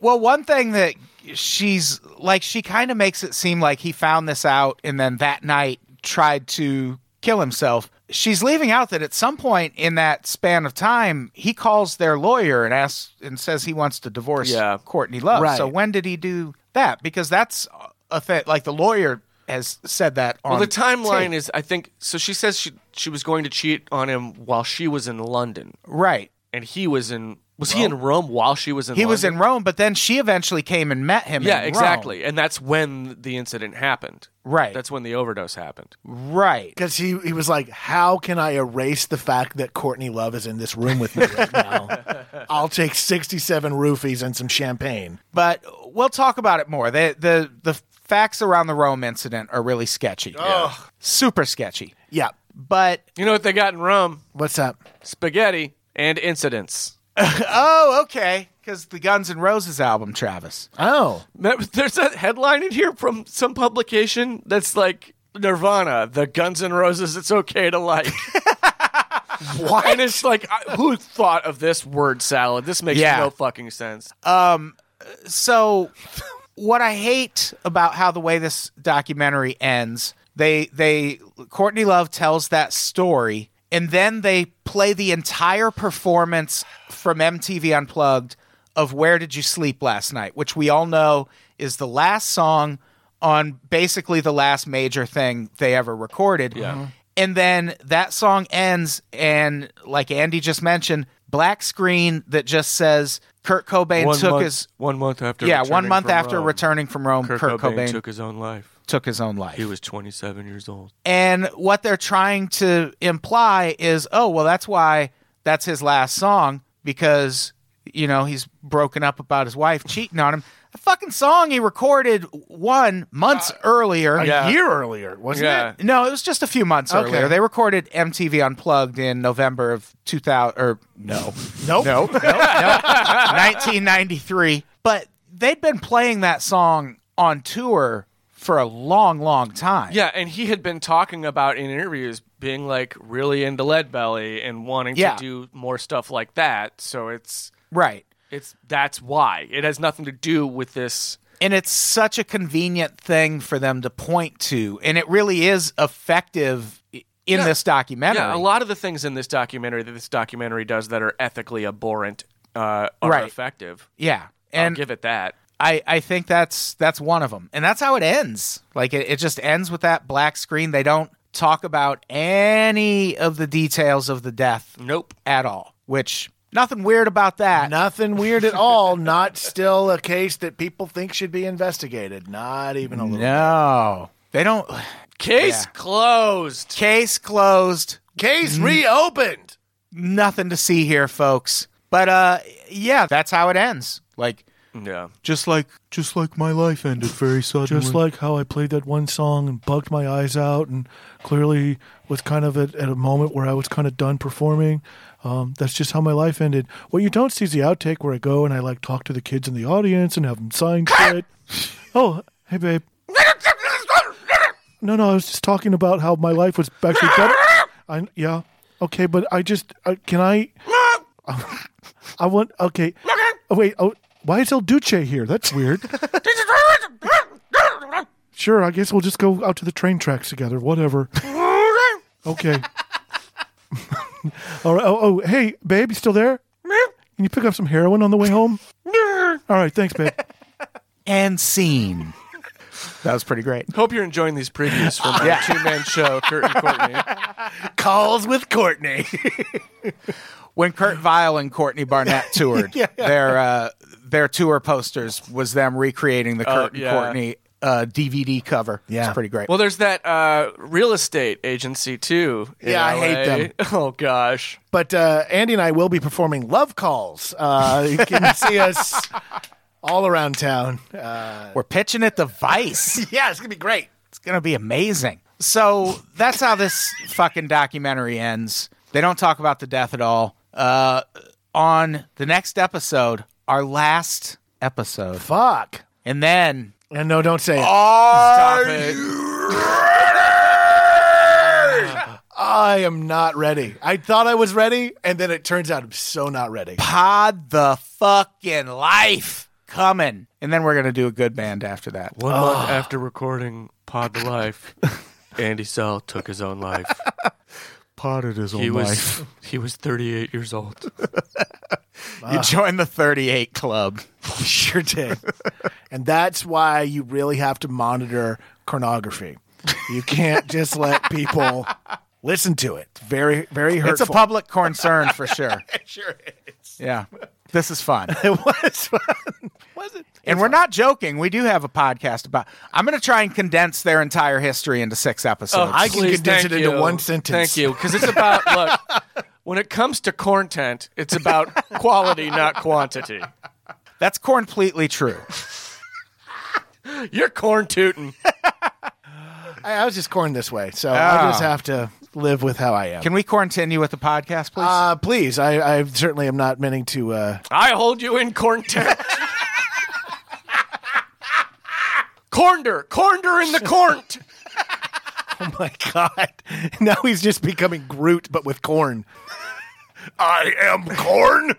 Speaker 2: Well, one thing that she's like, she kind of makes it seem like he found this out and then that night tried to kill himself. She's leaving out that at some point in that span of time, he calls their lawyer and asks and says he wants to divorce
Speaker 4: Yeah.
Speaker 2: Courtney Love.
Speaker 3: Right.
Speaker 2: So when did he do that? Because that's a thing. Like the lawyer has said that on
Speaker 4: Well, the timeline is I think so. She says she she was going to cheat on him while she was in London,
Speaker 2: right.
Speaker 4: and he was in was he in Rome while she was in
Speaker 2: He was
Speaker 4: London?
Speaker 2: in Rome, but then she eventually came and met him.
Speaker 4: Yeah,
Speaker 2: in Rome.
Speaker 4: exactly. And that's when the incident happened.
Speaker 2: Right.
Speaker 4: That's when the overdose happened.
Speaker 2: Right.
Speaker 3: Because he, he was like, How can I erase the fact that Courtney Love is in this room with me right
Speaker 4: *laughs*
Speaker 3: now? I'll take 67 roofies and some champagne.
Speaker 2: but we'll talk about it more. The the the facts around the Rome incident are really sketchy. Super sketchy.
Speaker 3: Yeah.
Speaker 2: But
Speaker 4: You know what they got in Rome?
Speaker 3: What's up?
Speaker 4: Spaghetti and incidents.
Speaker 2: oh, okay, cuz the Guns N' Roses album, Travis.
Speaker 3: Oh.
Speaker 4: Remember, *laughs* There's a headline in here from some publication that's like Nirvana, the Guns N' Roses, it's okay
Speaker 2: *laughs*
Speaker 4: to like. Why? And it's like, I- who thought of this word salad? This makes
Speaker 2: Yeah.
Speaker 4: no fucking sense.
Speaker 2: So what I hate about how the way this documentary ends, they they Courtney Love tells that story and then they play the entire performance from MTV Unplugged of Where Did You Sleep Last Night, which we all know is the last song on basically the last major thing they ever recorded.
Speaker 4: Mm-hmm.
Speaker 2: And then that song ends, and like Andy just mentioned, black screen that just says Kurt Cobain took his
Speaker 4: one month after
Speaker 2: yeah, one month after returning from Rome, Kurt, Cobain, took,
Speaker 4: his own life.
Speaker 2: his own life.
Speaker 4: 27 years old.
Speaker 2: and what they're trying to imply is, oh, well, that's why that's his last song because you know he's broken up about his wife cheating on him. A fucking song he recorded one months earlier.
Speaker 3: Uh, A year earlier, wasn't
Speaker 4: Yeah.
Speaker 3: it?
Speaker 2: No, it was just a few months
Speaker 3: Okay.
Speaker 2: earlier. They recorded MTV Unplugged in November of 2000 or no.
Speaker 3: Nope.
Speaker 2: No, no, no. *laughs* 1993. But they'd been playing that song on tour for a long, long time.
Speaker 4: Yeah, and he had been talking about in interviews being like really into Lead Belly and wanting
Speaker 2: Yeah.
Speaker 4: to do more stuff like that. So it's
Speaker 2: Right.
Speaker 4: it's that's why it has nothing to do with this.
Speaker 2: And it's such a convenient thing for them to point to. And it really is effective i- in
Speaker 4: Yeah.
Speaker 2: this documentary.
Speaker 4: Yeah, a lot of the things in this documentary that this documentary does that are ethically abhorrent uh, are
Speaker 2: Right.
Speaker 4: effective.
Speaker 2: Yeah.
Speaker 4: And
Speaker 2: And
Speaker 4: I'll give it that.
Speaker 2: I, I think that's that's one of them, and that's how it ends. Like it, it just ends with that black screen. They don't talk about any of the details of the death
Speaker 4: Nope.
Speaker 2: at all. Which nothing weird about that.
Speaker 3: Nothing weird at all. Not still a case that people think should be investigated. Not even a little.
Speaker 2: No, they don't.
Speaker 4: Case closed.
Speaker 2: Case closed.
Speaker 3: Case reopened.
Speaker 2: Nothing to see here, folks. But uh, yeah, that's how it ends. Like
Speaker 4: Yeah.
Speaker 5: Just like just like my life ended very suddenly.
Speaker 6: Just like how I played that one song and bugged my eyes out, and clearly was kind of at, at a moment where I was kind of done performing. Um, that's just how my life ended. What you don't see is the outtake where I go and I like talk to the kids in the audience and have them sign shit. oh, hey babe. No, no, I was just talking about how my life was actually better. I, yeah, okay, but I just I, can I. I want okay. Oh, wait, oh, why is El Duce here? That's weird. *laughs* Sure, I guess we'll just go out to the train tracks together.
Speaker 3: *laughs*
Speaker 6: Whatever. Okay. *laughs* All right. Oh, oh, hey, babe, you still there? Can you pick up some heroin on the
Speaker 3: *laughs*
Speaker 6: way home? All right, thanks, babe.
Speaker 2: And scene. That was pretty great.
Speaker 4: Hope you're enjoying these previews from our two-man show, Kurt and Courtney.
Speaker 2: Calls with Courtney. when Kurt Vile and Courtney Barnett toured, their uh, their tour posters was them recreating the Kurt and
Speaker 4: yeah.
Speaker 2: Courtney uh, DVD cover.
Speaker 3: Yeah.
Speaker 2: it's pretty great.
Speaker 4: Well, there's that uh, real estate agency too. in
Speaker 3: Yeah, I
Speaker 4: LA.
Speaker 3: hate
Speaker 4: them. *laughs* Oh gosh.
Speaker 3: But uh, Andy and I will be performing love calls. Uh, you
Speaker 6: *laughs*
Speaker 3: can see us all around town. Uh,
Speaker 2: We're pitching it the Vice.
Speaker 3: *laughs* yeah, it's gonna be great.
Speaker 2: It's gonna be amazing. So that's how this fucking documentary ends. They don't talk about the death at all. Uh, on the next episode, our last episode,
Speaker 3: Fuck.
Speaker 2: and then
Speaker 3: And no, don't say it.
Speaker 4: Stop it.
Speaker 3: I am not ready. I thought I was ready, and then it turns out I'm so not ready.
Speaker 2: pod the fucking life coming, and then we're gonna do a good band after that.
Speaker 4: One month after recording Pod the *laughs* Life, Andy Sell took his *laughs* own life.
Speaker 5: potted his own
Speaker 4: He was
Speaker 5: life.
Speaker 4: he was 38 years old.
Speaker 3: Ah.
Speaker 2: You join the 38 club.
Speaker 3: *laughs* Sure did. and that's why you really have to monitor pornography. You can't just let people listen to it. It's very, very hurtful.
Speaker 2: It's a public concern for
Speaker 3: *laughs*
Speaker 2: sure. it sure is. Yeah. This is fun.
Speaker 3: It was fun. Was it?
Speaker 2: and we're not joking. We do have a podcast about I'm going to try and condense their entire history into 6 episodes.
Speaker 3: Oh,
Speaker 4: Oh,
Speaker 3: I can
Speaker 4: Please,
Speaker 3: condense
Speaker 4: thank
Speaker 3: it into
Speaker 4: you.
Speaker 3: one sentence.
Speaker 4: Thank you, because it's about
Speaker 3: *laughs*
Speaker 4: look. When it comes to content, it's about quality, not quantity.
Speaker 2: That's completely true.
Speaker 4: You're corn tootin'.
Speaker 3: *laughs* I, I was just corn this way, so
Speaker 2: Oh.
Speaker 3: I just have to live with how I am.
Speaker 2: Can we continue with the podcast, please?
Speaker 3: uh, please, I, I certainly am not meaning to. Uh, *laughs*
Speaker 4: I hold you in *laughs* content. Cornder, cornder in the cornt.
Speaker 3: oh my god! *laughs* Now he's just becoming Groot, but with corn. I am corn.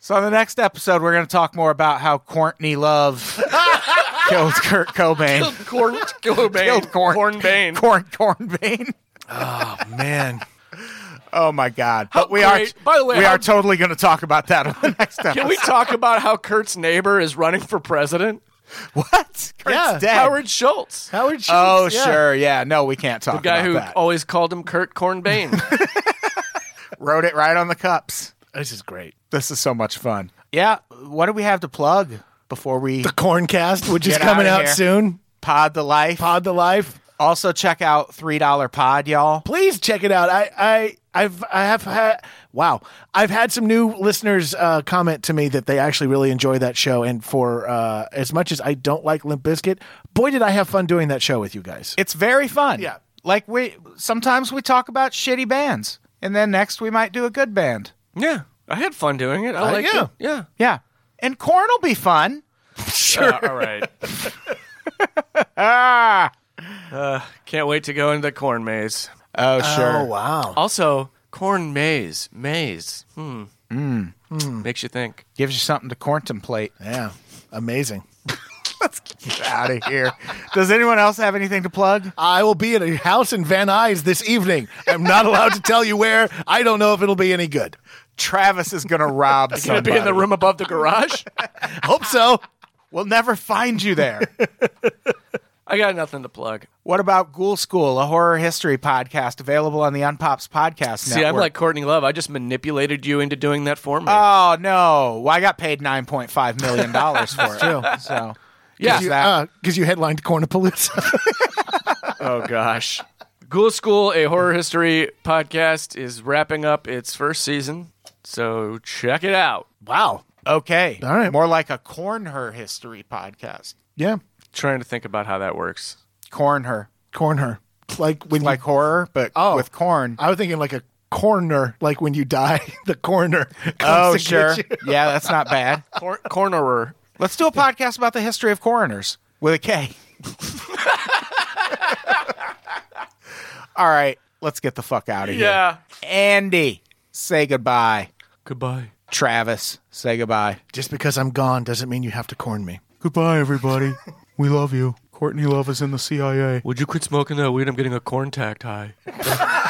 Speaker 2: so, on the next episode, we're going to talk more about how Courtney
Speaker 4: *laughs*
Speaker 2: Love killed Kurt Cobain.
Speaker 4: Corn, Cobain,
Speaker 2: *laughs* Killed Corn-
Speaker 4: Cornbane.
Speaker 2: Corn, Cornbane.
Speaker 3: Man,
Speaker 2: Oh my God!
Speaker 4: How
Speaker 2: But we
Speaker 4: great-
Speaker 2: are,
Speaker 4: by the way,
Speaker 2: we
Speaker 4: how-
Speaker 2: are totally going to talk about that on the next episode.
Speaker 4: Can we talk about how Kurt's neighbor is running for president?
Speaker 2: What? Kurt's
Speaker 3: Yeah.
Speaker 2: dead.
Speaker 4: Howard Schultz,
Speaker 3: Howard. Schultz,
Speaker 2: oh,
Speaker 3: yeah.
Speaker 2: sure. Yeah. No, we can't talk
Speaker 4: the guy
Speaker 2: about
Speaker 4: who
Speaker 2: that.
Speaker 4: always called him Kurt Cornbane.
Speaker 2: Wrote it right on the cups.
Speaker 3: This is great.
Speaker 2: This is so much fun. Yeah. What do we have to plug before we
Speaker 3: The Corncast, which is
Speaker 2: Get
Speaker 3: coming
Speaker 2: outta
Speaker 3: out
Speaker 2: here.
Speaker 3: soon.
Speaker 2: pod the life?
Speaker 3: Pod the life.
Speaker 2: Also, check out $3 Pod, y'all.
Speaker 3: please check it out. I, I, I've, I have had, wow, I've had some new listeners uh, comment to me that they actually really enjoy that show. And for uh, as much as I don't like Limp Bizkit, boy, did I have fun doing that show with you guys.
Speaker 2: It's very fun.
Speaker 3: Yeah.
Speaker 2: Like, we sometimes we talk about shitty bands, and then next we might do a good band.
Speaker 4: *laughs* yeah, I had fun doing it. I like
Speaker 3: yeah.
Speaker 4: it. Yeah,
Speaker 2: Yeah. And corn will be fun.
Speaker 4: sure.
Speaker 2: *laughs*
Speaker 4: all right. Uh, can't wait to go into the corn maze.
Speaker 2: Oh, sure.
Speaker 3: Oh, wow.
Speaker 4: Also, corn maze, maze. Hmm.
Speaker 2: Mm.
Speaker 4: Makes you think.
Speaker 2: Gives you something to contemplate.
Speaker 3: Yeah.
Speaker 2: *laughs*
Speaker 3: Amazing.
Speaker 2: out of here. Does anyone else have anything to plug?
Speaker 3: I will be at a house in Van Nuys this evening. I'm not allowed to tell you where. I don't know if it'll be any good.
Speaker 2: Travis is going to rob
Speaker 4: Gonna
Speaker 2: somebody.
Speaker 4: be in the room above the garage.
Speaker 3: Hope so.
Speaker 2: *laughs* We'll never find you there.
Speaker 4: *laughs* I got nothing to plug.
Speaker 2: *laughs* what about Ghoul School, a horror history podcast available on the Unpops Podcast
Speaker 4: See,
Speaker 2: Network?
Speaker 4: I'm like Courtney Love. I just manipulated you into doing that for me.
Speaker 2: oh no! Well, I got paid nine point five million dollars for it. So
Speaker 4: yeah.
Speaker 2: Is
Speaker 3: You-
Speaker 2: that-
Speaker 3: uh, 'cause you
Speaker 2: *laughs*
Speaker 3: headlined Cornapalooza.
Speaker 4: oh gosh. Ghoul School, a horror history podcast, is wrapping up its first season, so check it out.
Speaker 3: wow.
Speaker 2: Okay.
Speaker 3: All right.
Speaker 2: More like a corn her history podcast.
Speaker 3: Yeah,
Speaker 4: Trying to think about how that works.
Speaker 2: Corn her.
Speaker 3: corn her. Like when
Speaker 2: Like
Speaker 3: you,
Speaker 2: horror, but
Speaker 3: Oh.
Speaker 2: with corn.
Speaker 3: I was thinking like a coroner, like when you die, *laughs* the coroner. comes
Speaker 2: Oh,
Speaker 3: to get
Speaker 2: sure.
Speaker 3: you.
Speaker 2: *laughs* Yeah, that's not bad.
Speaker 4: Cor- *laughs* cornerer.
Speaker 2: Let's do a podcast about the history of coroners with a K. *laughs* All right. Let's get the fuck out of
Speaker 4: Yeah.
Speaker 2: here. Andy, say goodbye.
Speaker 5: Goodbye.
Speaker 2: Travis, say goodbye.
Speaker 3: Just because I'm gone doesn't mean you have to corn me.
Speaker 5: Goodbye,
Speaker 6: *laughs*
Speaker 5: everybody. we love you. Courtney Love is in the CIA.
Speaker 4: Would you quit smoking that weed? I'm getting a corn tact high.